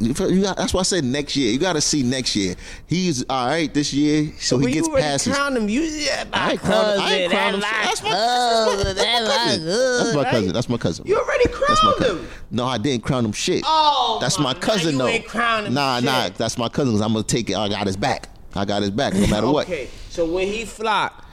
B: You feel- you got- that's why I said next year. You got to see next year. He's all right this year, so
A: Well,
B: he gets
A: you already
B: passes.
A: Crown him. You yeah,
B: I
A: my
B: ain't crowned him. I
A: cousin.
B: ain't
A: That
B: crowned him.
A: my
B: That's my- that's my-
A: cousin. That
B: that's my cousin. That's my
A: right?
B: cousin. That's my cousin.
A: You already
B: That's my
A: crowned
B: cousin.
A: him.
B: No, I didn't crown him shit.
A: Oh,
B: that's
A: my
B: my
A: God,
B: cousin
A: you
B: though.
A: ain't crown him
B: nah,
A: shit.
B: nah, that's my cousin. i I'm gonna take it. I got his back. I got his back no matter
A: Okay, so when he flopped,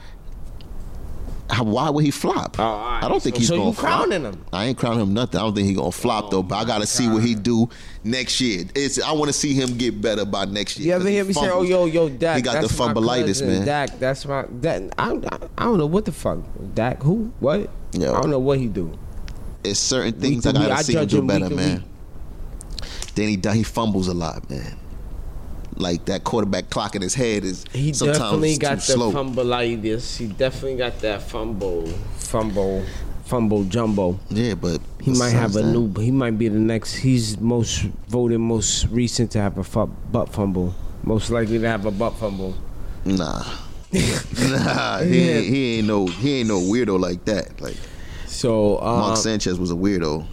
B: what. How, why would he flop?
A: Oh, all right.
B: I don't think
A: So-
B: he's
A: so you
B: gonna flop.
A: crowning him. Oh
B: I ain't crowning him nothing. I don't think he's gonna flop though. But I gotta see what he do next year. It's I want to see him get better by next year.
A: you
B: 'cause
A: ever
B: he
A: hear me say, "Oh,
B: fumbles.
A: yo, yo, Dak"?
B: He got the
A: that's my
B: fumbleitis,
A: cousin,
B: man.
A: Dak, that's my that. I, I, I don't know what the fuck. Dak, who? What?
B: Yo.
A: I don't know what he do.
B: It's certain things
A: to
B: I gotta
A: week. I
B: see him
A: judge
B: do
A: him week
B: better,
A: to
B: man. Then he di- he fumbles a lot, man. Like that quarterback clock in his head is
A: He
B: sometimes
A: definitely
B: it's
A: got
B: too
A: the
B: slow.
A: fumbleitis. He definitely got that fumble, fumble, fumble jumbo.
B: yeah, but
A: He might have a
B: besides that-
A: new. He might be the next. He's most voted most recent to have a fu- butt fumble. Most likely to have a butt fumble.
B: Nah. nah, he, ain't, he ain't no he ain't no weirdo like that. Like
A: So
B: Mark
A: uh,
B: Sanchez was a weirdo.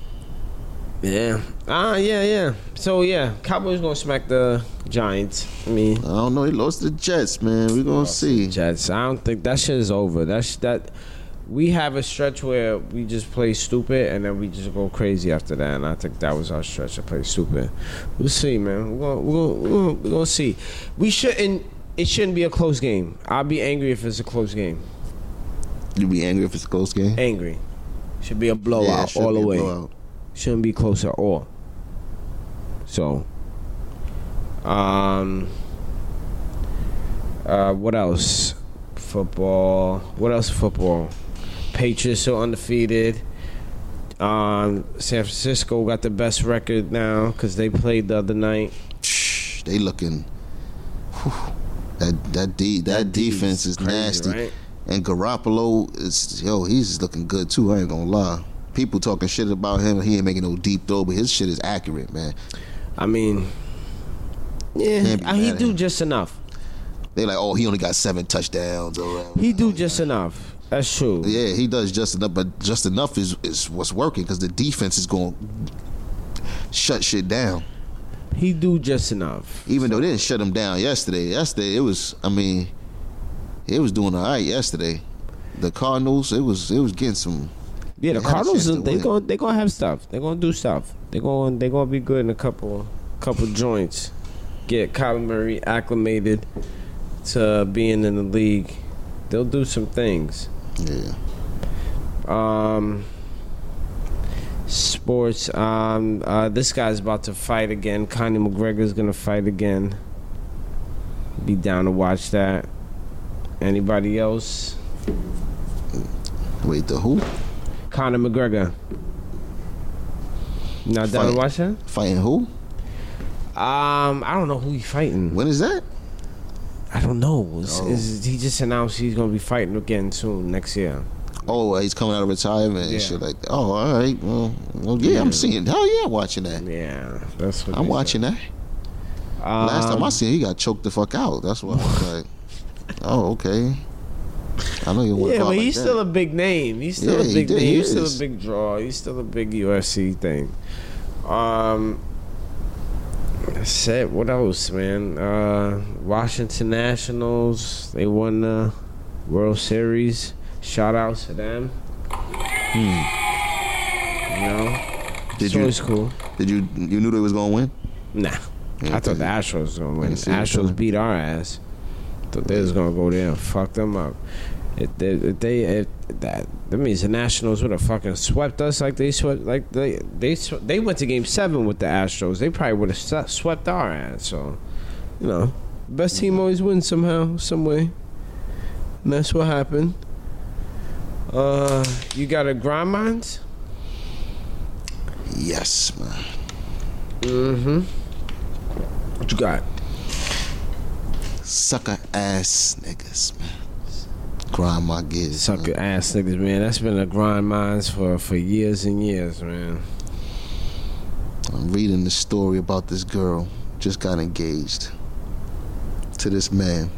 A: yeah, ah, yeah, yeah. So yeah, Cowboys gonna smack the Giants. I mean,
B: I don't know. He lost to the Jets, man. We gonna see.
A: Jets. I don't think that shit is over. That's that. We have a stretch where we just play stupid and then we just go crazy after that. And I think that was our stretch to play stupid. We'll see, man. We're gonna, we're gonna, we're gonna, we're gonna see. We shouldn't. It shouldn't be a close game. I'll be angry if it's a close game.
B: You be angry if it's a close game?
A: Angry. Should be a
B: Yeah, it
A: blowout
B: should
A: all
B: be a
A: the way.
B: blowout.
A: Shouldn't be close at all. So, um, uh, what else? Football. What else? Football. Patriots are undefeated. Um, San Francisco got the best record now because they played the other night.
B: Shh, They looking. whew. that that D that,
A: D is
B: defense is
A: crazy,
B: nasty.
A: right?
B: And Garoppolo is yo, he's looking good too. I ain't gonna lie. People talking shit about him. He ain't making no deep throw, but his shit is accurate, man.
A: I mean, yeah,
B: Can't be
A: uh, he
B: mad at
A: do
B: him.
A: just enough.
B: They like, oh, he only got seven touchdowns. Or whatever.
A: He do just enough. That's true.
B: Yeah, he does just enough, but just enough is, is what's working because the defense is going to shut shit down.
A: He do just enough.
B: Even though they didn't shut him down yesterday. Yesterday, it was, I mean, it was doing all right yesterday. The Cardinals, it was it was getting some.
A: Yeah, the
B: They had a
A: Cardinals
B: chance to
A: they
B: win.
A: going they gonna have stuff. They gonna do stuff. They going they gonna be good in a couple couple joints. Get Kyler Murray acclimated to being in the league. They'll do some things.
B: Yeah.
A: Um, sports. Um, uh, this guy's about to fight again. Conor McGregor's gonna fight again. Be down to watch that. Anybody else?
B: Wait, the who?
A: Conor McGregor. Not down
B: Fight.
A: to watch that.
B: Fighting who?
A: Um, I don't know who he's fighting.
B: When is that?
A: I don't know. Is,
B: Oh.
A: is- he just announced he's gonna be fighting again soon next year?
B: Oh, he's coming out of retirement
A: Yeah.
B: and shit like that. Oh, all right. Well, well yeah,
A: Yeah.
B: I'm seeing. Hell yeah, I'm watching that.
A: Yeah, that's what
B: I'm
A: they
B: watching that.
A: said.
B: Last time I
A: Um,
B: seen, he got choked the fuck out. That's why I was like, oh, okay. I know you want
A: yeah,
B: to
A: but
B: like
A: he's
B: that.
A: still a big name. He's still
B: Yeah,
A: a
B: he
A: big
B: did.
A: name.
B: He
A: he's still
B: is.
A: a big draw. He's still a big UFC thing. Um, that's it. What else, man? Uh, Washington Nationals. They won the World Series. Shout outs to them. Hmm. You know,
B: Did
A: so
B: you-
A: it's cool.
B: Did you you knew they was gonna win?
A: Nah. I thought the Astros were gonna win.
B: see what you're
A: Astros
B: doing.
A: beat our ass. Thought they was gonna go there and fuck them up. If they, if they if that that means the Nationals would have fucking swept us like they swept like they they sw- they went to Game Seven with the Astros. They probably would have swe- swept our ass. So, you know, best team always wins somehow, some way. And that's what happened. Uh, you got a grind mines?
B: Yes, man. Mm-hmm.
A: What you got?
B: Sucker ass niggas, man. Grind my gears.
A: Sucker ass niggas, man. That's been a grind mines for for years and years, man.
B: I'm reading the story about this girl just got engaged to this man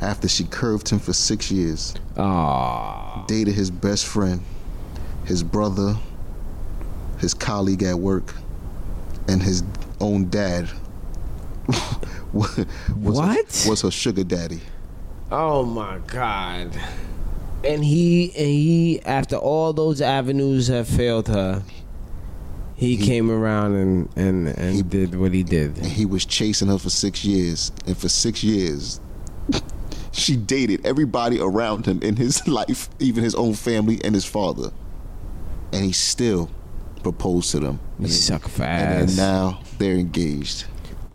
B: after she curved him for six years,
A: Ah,
B: dated his best friend, his brother, his colleague at work, and his own dad. was her-
A: What?
B: was her sugar daddy?
A: oh my god. And he and he after all those avenues have failed her, he, came around and and and
B: he-
A: did what he did.
B: and he was chasing her for six years. And for six years, she dated everybody around him in his life, even his own family and his father. And he still proposed to them.
A: You sucker for
B: And then
A: ass.
B: now they're engaged.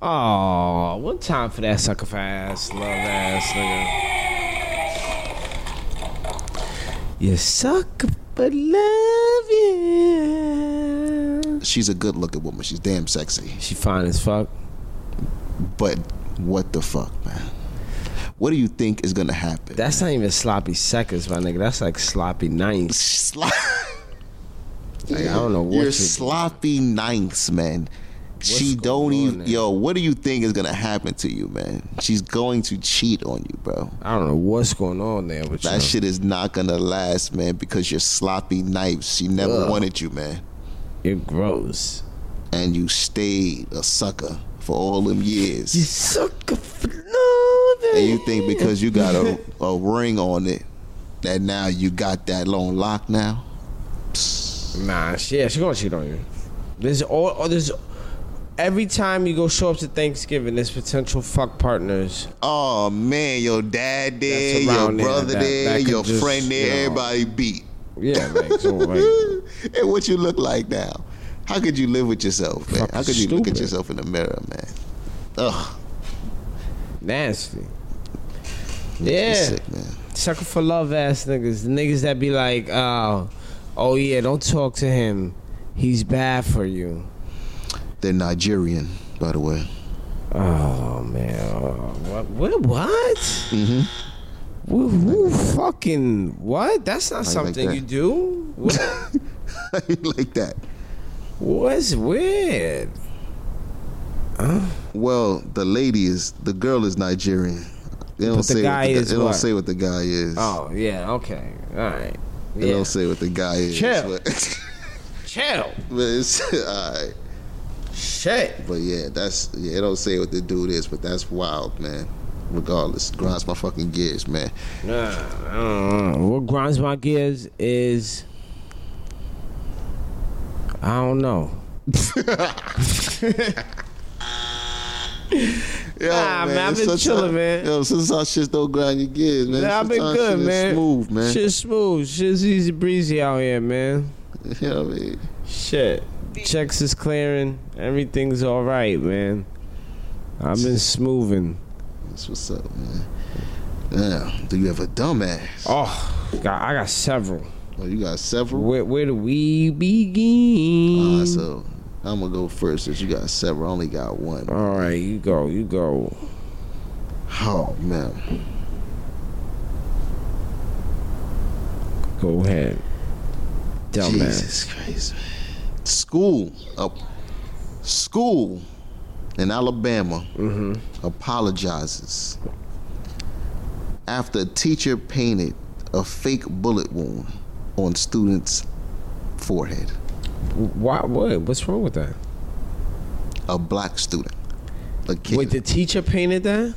A: Oh, one time for that sucker for ass, love ass nigga. You suck, but love you.
B: She's a good looking woman. She's damn sexy.
A: She fine as fuck.
B: But what the fuck, man? What do you think is gonna happen?
A: That's not even sloppy seconds, my nigga. That's like sloppy ninths.
B: Slo-
A: Like, I don't know what
B: You're
A: you-
B: sloppy ninths, man. she
A: going
B: don't
A: on
B: even.
A: there?
B: Yo, what do you think is gonna happen to you, man? She's going to cheat on you, bro.
A: I don't know what's going on there with
B: That
A: you.
B: shit is not gonna last, man, because you're sloppy knives. She never wanted you, man,
A: You're gross.
B: and you stayed a sucker for all them years.
A: You suck for love.
B: And you think because you got a, a ring on it that now you got that long lock now?
A: Nah, she, yeah, she gonna cheat on you. There's all, all there's every time you go show up to Thanksgiving, there's potential fuck partners.
B: Oh man, your dad there,
A: That's
B: your
A: around there.
B: brother
A: That-
B: there,
A: that could
B: your
A: just,
B: friend there,
A: you know.
B: everybody beat.
A: Yeah, like, so, like
B: and what you look like now? How could you live with yourself, man?
A: Fucking
B: How could you look
A: stupid.
B: at yourself in the mirror, man? Ugh,
A: nasty.
B: it's
A: Yeah,
B: sick, man.
A: sucker for love ass niggas, niggas that be like, oh, oh yeah, don't talk to him. He's bad for you.
B: They're Nigerian, by the way.
A: Oh man, oh, what? What? What? Mm-hmm. Who, who fucking what? That's not
B: like
A: something
B: that.
A: you do. What?
B: like that.
A: What's weird?
B: Well, the lady is the girl is Nigerian. They don't
A: But the
B: say
A: guy
B: what the,
A: is
B: they don't
A: what?
B: say what the guy is.
A: Oh yeah, okay, all right.
B: They
A: Yeah.
B: don't say what the guy is.
A: Chill.
B: But,
A: Chill.
B: but it's all right.
A: Shit.
B: But yeah, that's yeah. It don't say what the dude is, but that's wild, man. Regardless, grinds my fucking gears, man.
A: Nah, I don't know. What grinds my gears is I don't know.
B: Yo,
A: Nah, man, I've
B: it's
A: been
B: such-
A: chilling, man.
B: Yo, since our shit don't grind your gears, man.
A: Nah, I've been
B: Sometimes
A: good,
B: shit is
A: man.
B: Smooth, man.
A: Shit's smooth. Shit's easy breezy out here, man.
B: You know what I mean?
A: Shit. Checks is clearing. Everything's all right, man. I've been smoothing.
B: That's what's up, man. Yeah, do you have a dumbass?
A: Oh, God, I got several.
B: Oh, you got several.
A: Where, where do we begin?
B: Uh, so I'm gonna go first. Since you got several, I only got one.
A: All right, you go, you go.
B: Oh man,
A: Go ahead. Dumbass.
B: Jesus Christ. School up. School in Alabama
A: Mm-hmm.
B: apologizes after a teacher painted a fake bullet wound on student's forehead.
A: Why, what? What's wrong with that?
B: A black student, a kid.
A: Wait, the teacher painted that?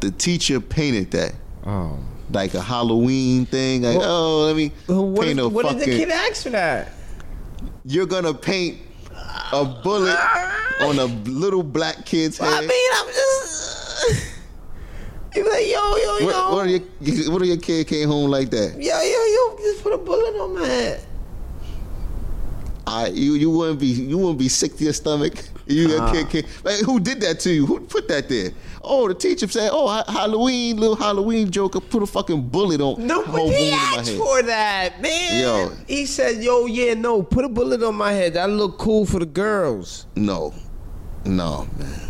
B: the teacher painted that.
A: Oh.
B: like a Halloween thing. Like, oh, let me
A: What,
B: paint
A: if,
B: a
A: what if
B: fucking.
A: the kid asked for that?
B: You're gonna paint a Ah! bullet on a little black kid's head.
A: I mean, I'm just. You be like, yo, yo, yo.
B: What, what, if your, what if your kid came home like that?
A: yo, yo, yo, just put a bullet on my head.
B: I you you wouldn't be you wouldn't be sick to your stomach. You your
A: Uh-huh.
B: kid came, like, who did that to you? Who put that there? Oh, the teacher said, oh Ha- Halloween, little Halloween joker, put a fucking bullet on.
A: No,
B: whole
A: but he
B: wound in my
A: asked
B: head."
A: for that, man.
B: Yo.
A: He said, yo, yeah, no, put a bullet on my head. That look cool for the girls.
B: No, no, man.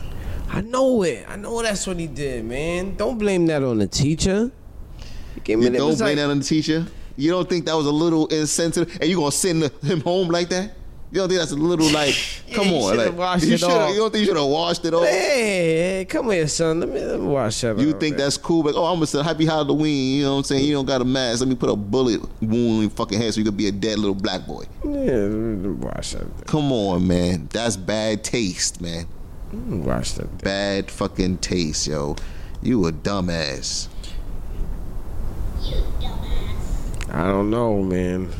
A: I know it. I know that's what he did, man. Don't blame that on the teacher. He Gave me
B: You
A: that- it
B: don't
A: was
B: blame
A: like-
B: that on the teacher. You don't think that was a little insensitive, and you gonna send him home like that? You don't think that's a little like,
A: Yeah,
B: come
A: you
B: on,
A: should've
B: like
A: washed
B: you
A: it
B: should
A: off.
B: you don't think you should have washed it off?
A: Hey, come here, son. Let me, let me wash up.
B: You think
A: that?
B: that's cool? Like, oh, I'm gonna say happy Halloween. You know what I'm saying? You don't got a mask. Let me put a bullet wound in your fucking head so you could be a dead little black boy.
A: Yeah, let me wash up.
B: Come on, man. That's bad taste, man.
A: Let me wash up.
B: Bad fucking taste, yo. You a dumbass.
A: I don't know, man.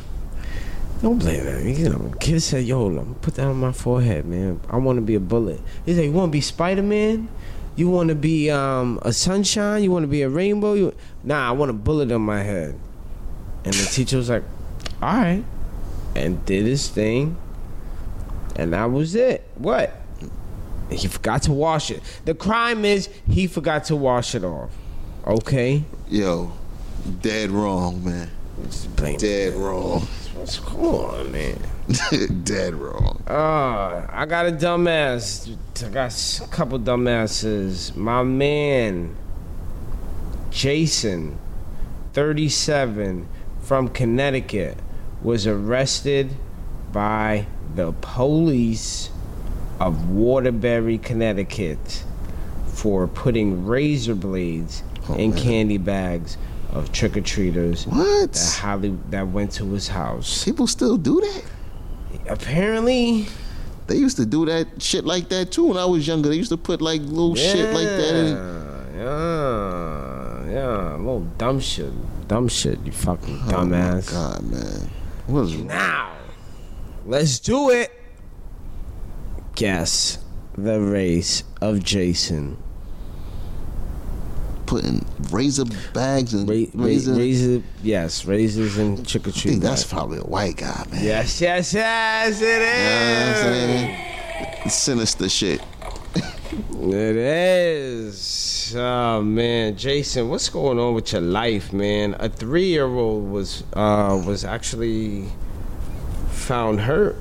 A: Don't blame that. You know, kid said, "Yo, I'm gonna put that on my forehead, man. I want to be a bullet." He said, "You want to be Spider Man? You want to be um, a sunshine? You want to be a rainbow? You... Nah, I want a bullet on my head." And the teacher was like, "All right," and did his thing, and that was it. What? He forgot to wash it. The crime is he forgot to wash it off. Okay,
B: Yo, dead wrong, man.
A: Just blame.
B: Dead wrong.
A: Come on, man.
B: dead wrong.
A: Uh, I got a dumbass. I got s- a couple dumbasses. My man, Jason, 37, from Connecticut, was arrested by the police of Waterbury, Connecticut, for putting razor blades
B: Oh,
A: in
B: man.
A: candy bags of trick or treaters that
B: What?
A: highly that went to his house.
B: People still do that?
A: Apparently.
B: They used to do that shit like that too when I was younger. They used to put like little shit like that in.
A: Yeah, yeah, little dumb shit, dumb shit. You fucking
B: Oh,
A: dumbass.
B: God, man. What is
A: now, let's do it. Guess the race of Jason.
B: putting razor bags and
A: Ra- ra-
B: razor?
A: razor, yes, razors and trick or
B: I
A: treat.
B: think that's probably a white guy, man.
A: yes, yes, yes. It
B: You know what I'm
A: is.
B: saying? Sinister shit.
A: It is. Oh man, Jason, what's going on with your life, man? A three-year-old was uh, was actually found hurt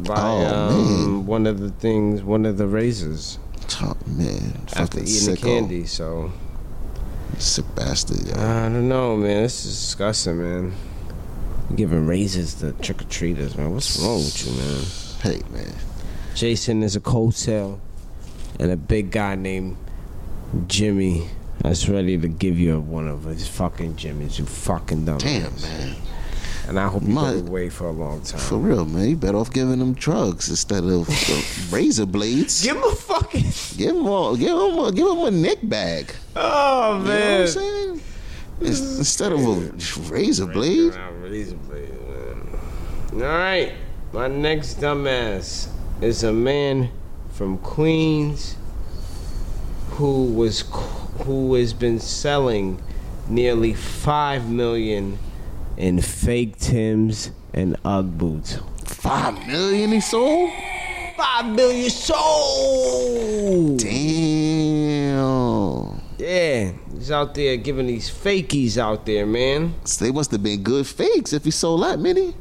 A: by
B: Oh,
A: um, one of the things, one of the razors
B: Oh, man.
A: after
B: Fucking
A: eating
B: sick
A: the candy. So
B: Sick bastard, yo.
A: I don't know, man. This is disgusting, man. Giving razors to trick or treaters, man. What's wrong with you, man?
B: Hey, man.
A: Jason is a cold tail, and a big guy named Jimmy that's ready to give you one of his fucking Jimmys. You fucking dumbass.
B: Damn, man.
A: And I hope you
B: My-
A: go away for a long
B: For
A: time.
B: real, man. You better off giving them drugs instead of uh, razor blades.
A: Give him a fucking.
B: Give them all. Give them. A, give them a neck bag.
A: Oh
B: You know what I'm
A: man.
B: saying? It's- Instead of a razor blade.
A: Razor blade, man. All right, my next dumbass is a man from Queens who was c- who has been selling nearly five million in fake Tims and UGG boots.
B: Five million he sold.
A: Five million sold.
B: Damn.
A: Yeah, he's out there giving these fakies out there, man.
B: So they must have been good fakes if he sold that many.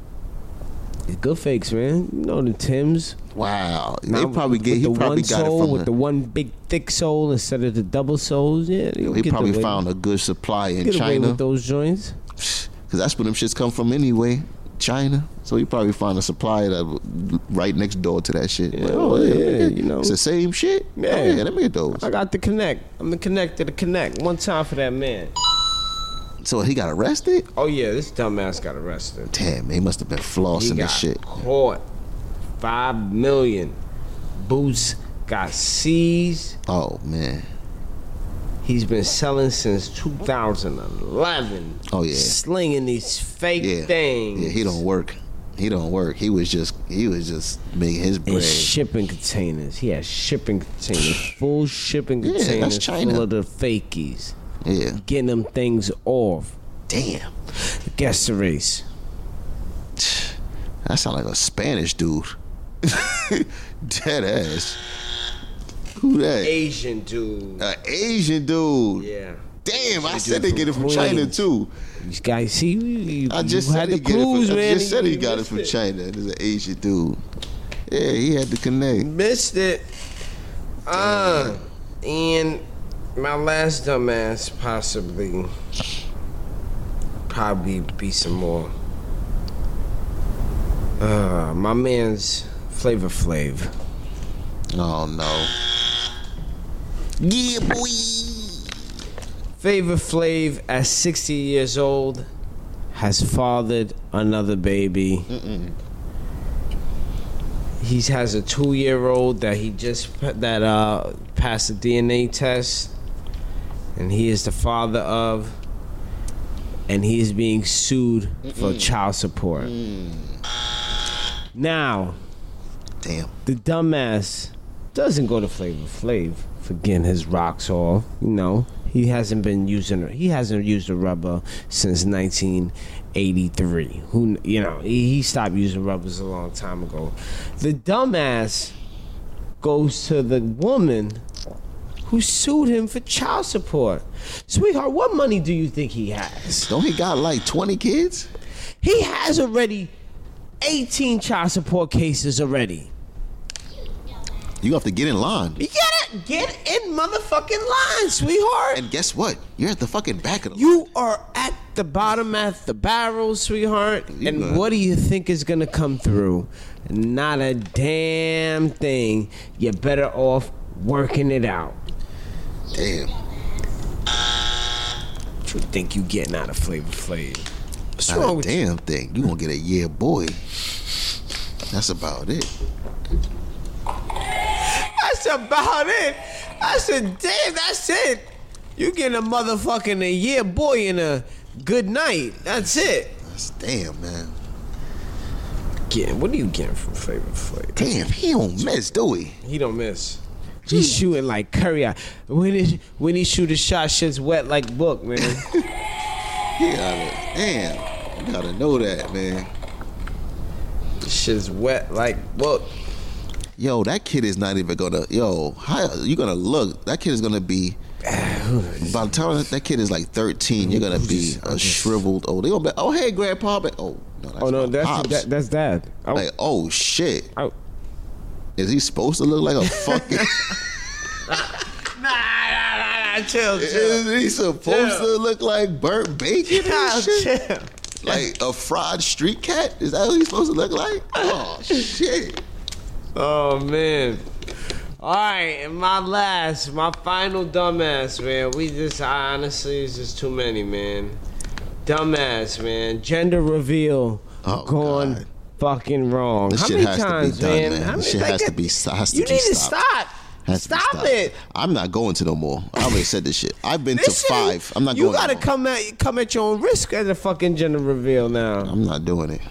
A: Good fakes, man. You know the Tims.
B: Wow.
A: Nah,
B: they probably
A: with
B: get. He
A: the one
B: probably got
A: sole
B: it from.
A: with
B: the-
A: the one big thick sole instead of the double soles. Yeah, they
B: he
A: get
B: probably
A: away-
B: found a good supply in
A: get away
B: China.
A: with those joints.
B: Cause that's where them shits come from anyway. China. So you probably find a supply that right next door to that shit. Like,
A: oh,
B: let me
A: yeah,
B: get-
A: you know.
B: It's the same shit.
A: Yeah.
B: Oh, yeah, let me get those.
A: I got the connect. I'm the connect to the connect. One time for that man.
B: So he got arrested?
A: Oh yeah, this dumbass got arrested.
B: Damn, man, he must have been
A: He
B: flossing
A: got
B: this shit.
A: caught. Five million boots got seized.
B: Oh man.
A: He's been selling since 2011.
B: Oh, yeah.
A: slinging these fake
B: Yeah.
A: things.
B: Yeah, he don't work. He don't work. He was just he was just making his
A: in
B: bread.
A: shipping containers. He has shipping containers, full shipping
B: Yeah, that's
A: containers
B: China.
A: full of the fakies.
B: Yeah.
A: getting them things off.
B: Damn.
A: Guess the race.
B: That sound like a Spanish dude. Dead ass. Who that?
A: Asian dude.
B: A Asian dude.
A: Yeah.
B: Damn, I
A: Asian
B: said
A: dude
B: they get it from
A: from
B: China
A: Queens.
B: too.
A: These guys, see, you, you-
B: I just
A: you
B: said
A: had
B: he
A: the
B: get it.
A: clues,
B: From,
A: man.
B: I just said he
A: You
B: got it
A: missed
B: from China. There's an Asian dude. Yeah, he had to connect.
A: Missed it. Uh, and my last dumbass possibly probably be some more. Uh, my man's Flavor Flav.
B: Oh no. Yeah, boy.
A: Flavor Flav at 60 years old has fathered another baby. He has a two-year-old that he just p- that uh passed a DNA test, and he is the father of, and he is being sued for child support. Now,
B: Damn.
A: the dumbass doesn't go to Flavor Flav for getting his rocks off. You know, he hasn't been using he hasn't used a rubber since 1983. Who kn- you know he, he stopped using rubbers a long time ago. The dumbass goes to the woman who sued him for child support. Sweetheart, what money do you think he has?
B: Don't he got like 20 kids?
A: He has already 18 child support cases already.
B: You have to get in line.
A: You gotta get in motherfucking line, sweetheart.
B: And guess what? You're at the fucking back of the
A: You are at the bottom at the barrel, sweetheart.
B: got it.
A: And what do you think is gonna come through? Not a damn thing. You're better off working it out.
B: Damn.
A: What you think you getting out of Flavor Flav? What's
B: Not
A: wrong
B: a
A: with you?
B: damn thing. You gonna get a yeah boy. That's about it.
A: That's about it. I said, damn, that's it. You getting a motherfucking a year boy and a good night. That's it.
B: That's damn, man.
A: Getting, what are you getting from Flavor Flav?
B: Damn, he don't miss, do he?
A: He don't miss. He's shooting like Curry. out. When he when he shoot a shot, shit's wet like book, man.
B: He gotta, damn. You gotta know that, man.
A: shit's wet like book.
B: Yo, that kid is not even gonna. Yo, how you gonna look? That kid is gonna be. By the time that, that kid is like thirteen, you're gonna be a shriveled old. They gonna be. Oh hey, grandpa. but- Oh no, that's
A: Oh no,
B: my
A: that's
B: pops.
A: that, that's dad. I,
B: like oh shit.
A: I,
B: Is he supposed to look like a fucking?
A: nah, nah, nah, nah, chill, chill.
B: is he supposed to look like burnt bacon
A: Nah,
B: and shit?
A: chill.
B: Like a fried street cat? Is that what he's supposed to look like? Oh shit.
A: Oh man. All right, and my last, my final dumbass, man. We just, I honestly, it's just too many, man. Dumbass, man. Gender reveal
B: Oh,
A: gone
B: God.
A: fucking wrong.
B: This
A: How
B: shit
A: many
B: has to be
A: times,
B: done,
A: man?
B: man.
A: How
B: This
A: many-
B: shit has to be- has to
A: you
B: be
A: need
B: stopped.
A: to
B: Has to be
A: stop. Stop
B: stopped.
A: it.
B: I'm not going to no more. I already said this shit. I've been
A: This
B: to
A: shit-
B: five. I'm not
A: you
B: going. no
A: gotta
B: more.
A: come at come at your own risk as a fucking gender reveal now.
B: I'm not doing it.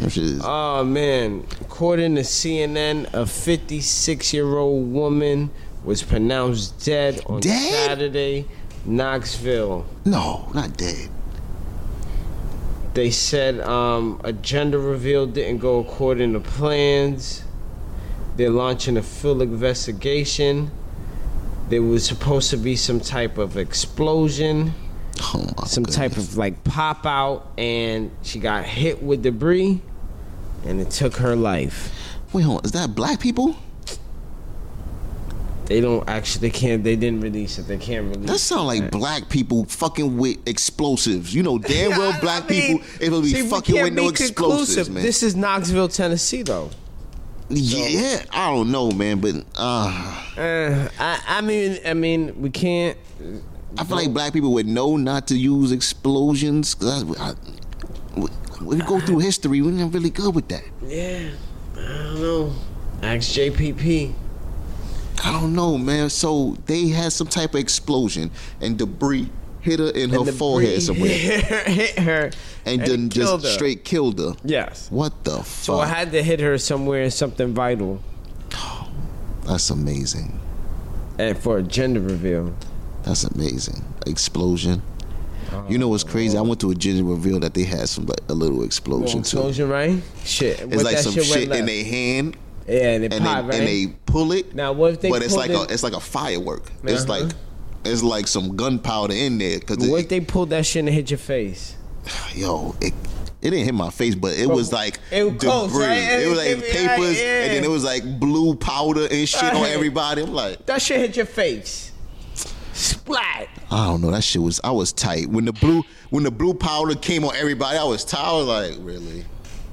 B: That shit is-
A: Oh man! According to CNN, a 56-year-old woman was pronounced dead on
B: Dead?
A: Saturday, Knoxville.
B: no, not dead.
A: They said um, a gender reveal didn't go according to plans. They're launching a full investigation. There was supposed to be some type of explosion.
B: Oh my
A: some type of like pop out and she got hit with debris and it took her life.
B: Wait, hold on. Is that black people?
A: They don't actually they can't they didn't release it. They can't release
B: That sound like black people fucking with explosives. You know damn well black people it'll be fucking with no explosives, man.
A: This is Knoxville, Tennessee though.
B: yeah, I don't know, man, but uh,
A: Uh, I I mean I mean we can't
B: I feel like black people would know not to use explosions. 'cause that's- I- we, we go through history, we're not really good with that.
A: yeah. I don't know. Ask JPP.
B: I don't know, man. So they had some type of explosion and debris hit her in her
A: And the
B: forehead
A: breeze
B: somewhere,
A: Hit her. Hit her
B: and,
A: it
B: then just
A: killed her.
B: straight killed her.
A: Yes.
B: What the
A: So I
B: fuck?
A: had to hit her somewhere, something vital,
B: That's amazing.
A: and eh, for a gender reveal.
B: That's amazing. explosion. You know what's crazy?
A: Oh.
B: I went to a ginger reveal that they had some like a little explosion too.
A: Explosion, right? Shit.
B: It's like some shit in their hand,
A: yeah, and it
B: and
A: pop,
B: they
A: right?
B: and they pull it.
A: Now, what if they
B: but it's
A: pulled
B: like
A: it-
B: a it's like a firework. It's
A: Uh-huh.
B: like it's like some gunpowder in there because
A: what if they pulled that shit and hit your face?
B: yo, it it didn't hit my face, but it was like
A: it was
B: debris.
A: close, right?
B: It was like
A: Everything,
B: papers,
A: right?
B: and then
A: Yeah.
B: it was like blue powder and shit on
A: Right.
B: everybody. I'm like,
A: That shit hit your face. Splat.
B: I don't know. That shit was I was tight when the blue when the blue powder came on everybody. I was tired. I was like, really?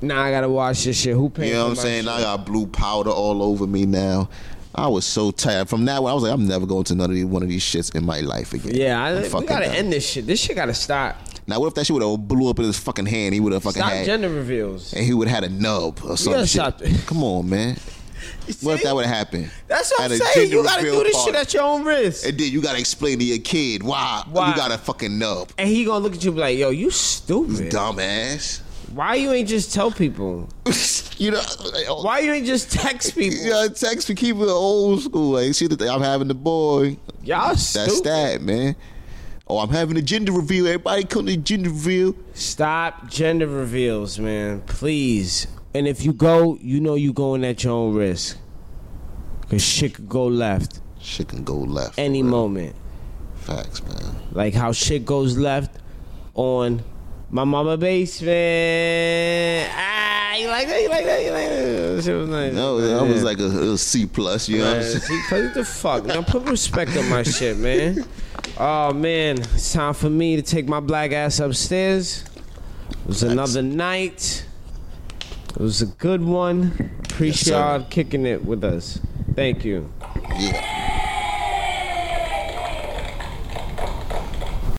A: Now I gotta watch this shit. Who paid?
B: You know
A: for
B: what I'm
A: my
B: saying?
A: shit?
B: I got blue powder all over me now. I was so tired. From that, one, I was like, I'm never going to none of these, one of these shits in my life again.
A: Yeah, I,
B: I'm
A: we
B: fucking
A: gotta
B: done.
A: end this shit. This shit gotta stop.
B: Now, what if that shit would have blew up in his fucking hand? He would have fucking
A: Stop
B: had,
A: gender reveals.
B: and he would have had a nub or
A: gotta
B: some shit.
A: stop it.
B: Come on, man. What if
A: See?
B: that would have happened?
A: That's what
B: At
A: I'm
B: a
A: saying.
B: gender
A: You gotta
B: reveal
A: do this shit
B: party.
A: at your own risk.
B: And then you gotta explain to your kid why,
A: Why?
B: you got a fucking nub,
A: and he gonna look at you and be like, "Yo, you stupid.
B: dumbass.
A: Why you ain't just tell people?
B: you know, why?
A: Why you ain't just text people?
B: You know, text me, keep it old school. Like, see the thing, I'm having the boy.
A: Y'all
B: That's
A: stupid.
B: that, man. Oh, I'm having a gender reveal. Everybody come to the gender reveal.
A: Stop gender reveals, man. Please. And if you go, you know you going at your own risk. Cause shit could go left
B: Shit can go left. for
A: any
B: real.
A: moment.
B: Facts, man.
A: Like how shit goes left on my mama basement. Ah, you like that? You like that? You like that? That Shit was nice.
B: No, that was
A: Yeah.
B: like a, a C plus. You know what I'm
A: Man,
B: saying?
A: see, what the fuck? Now put respect on my shit, man. Oh man, it's time for me to take my black ass upstairs. It was another night. It was a good one. Appreciate
B: sir.
A: y'all kicking it with us. Thank you.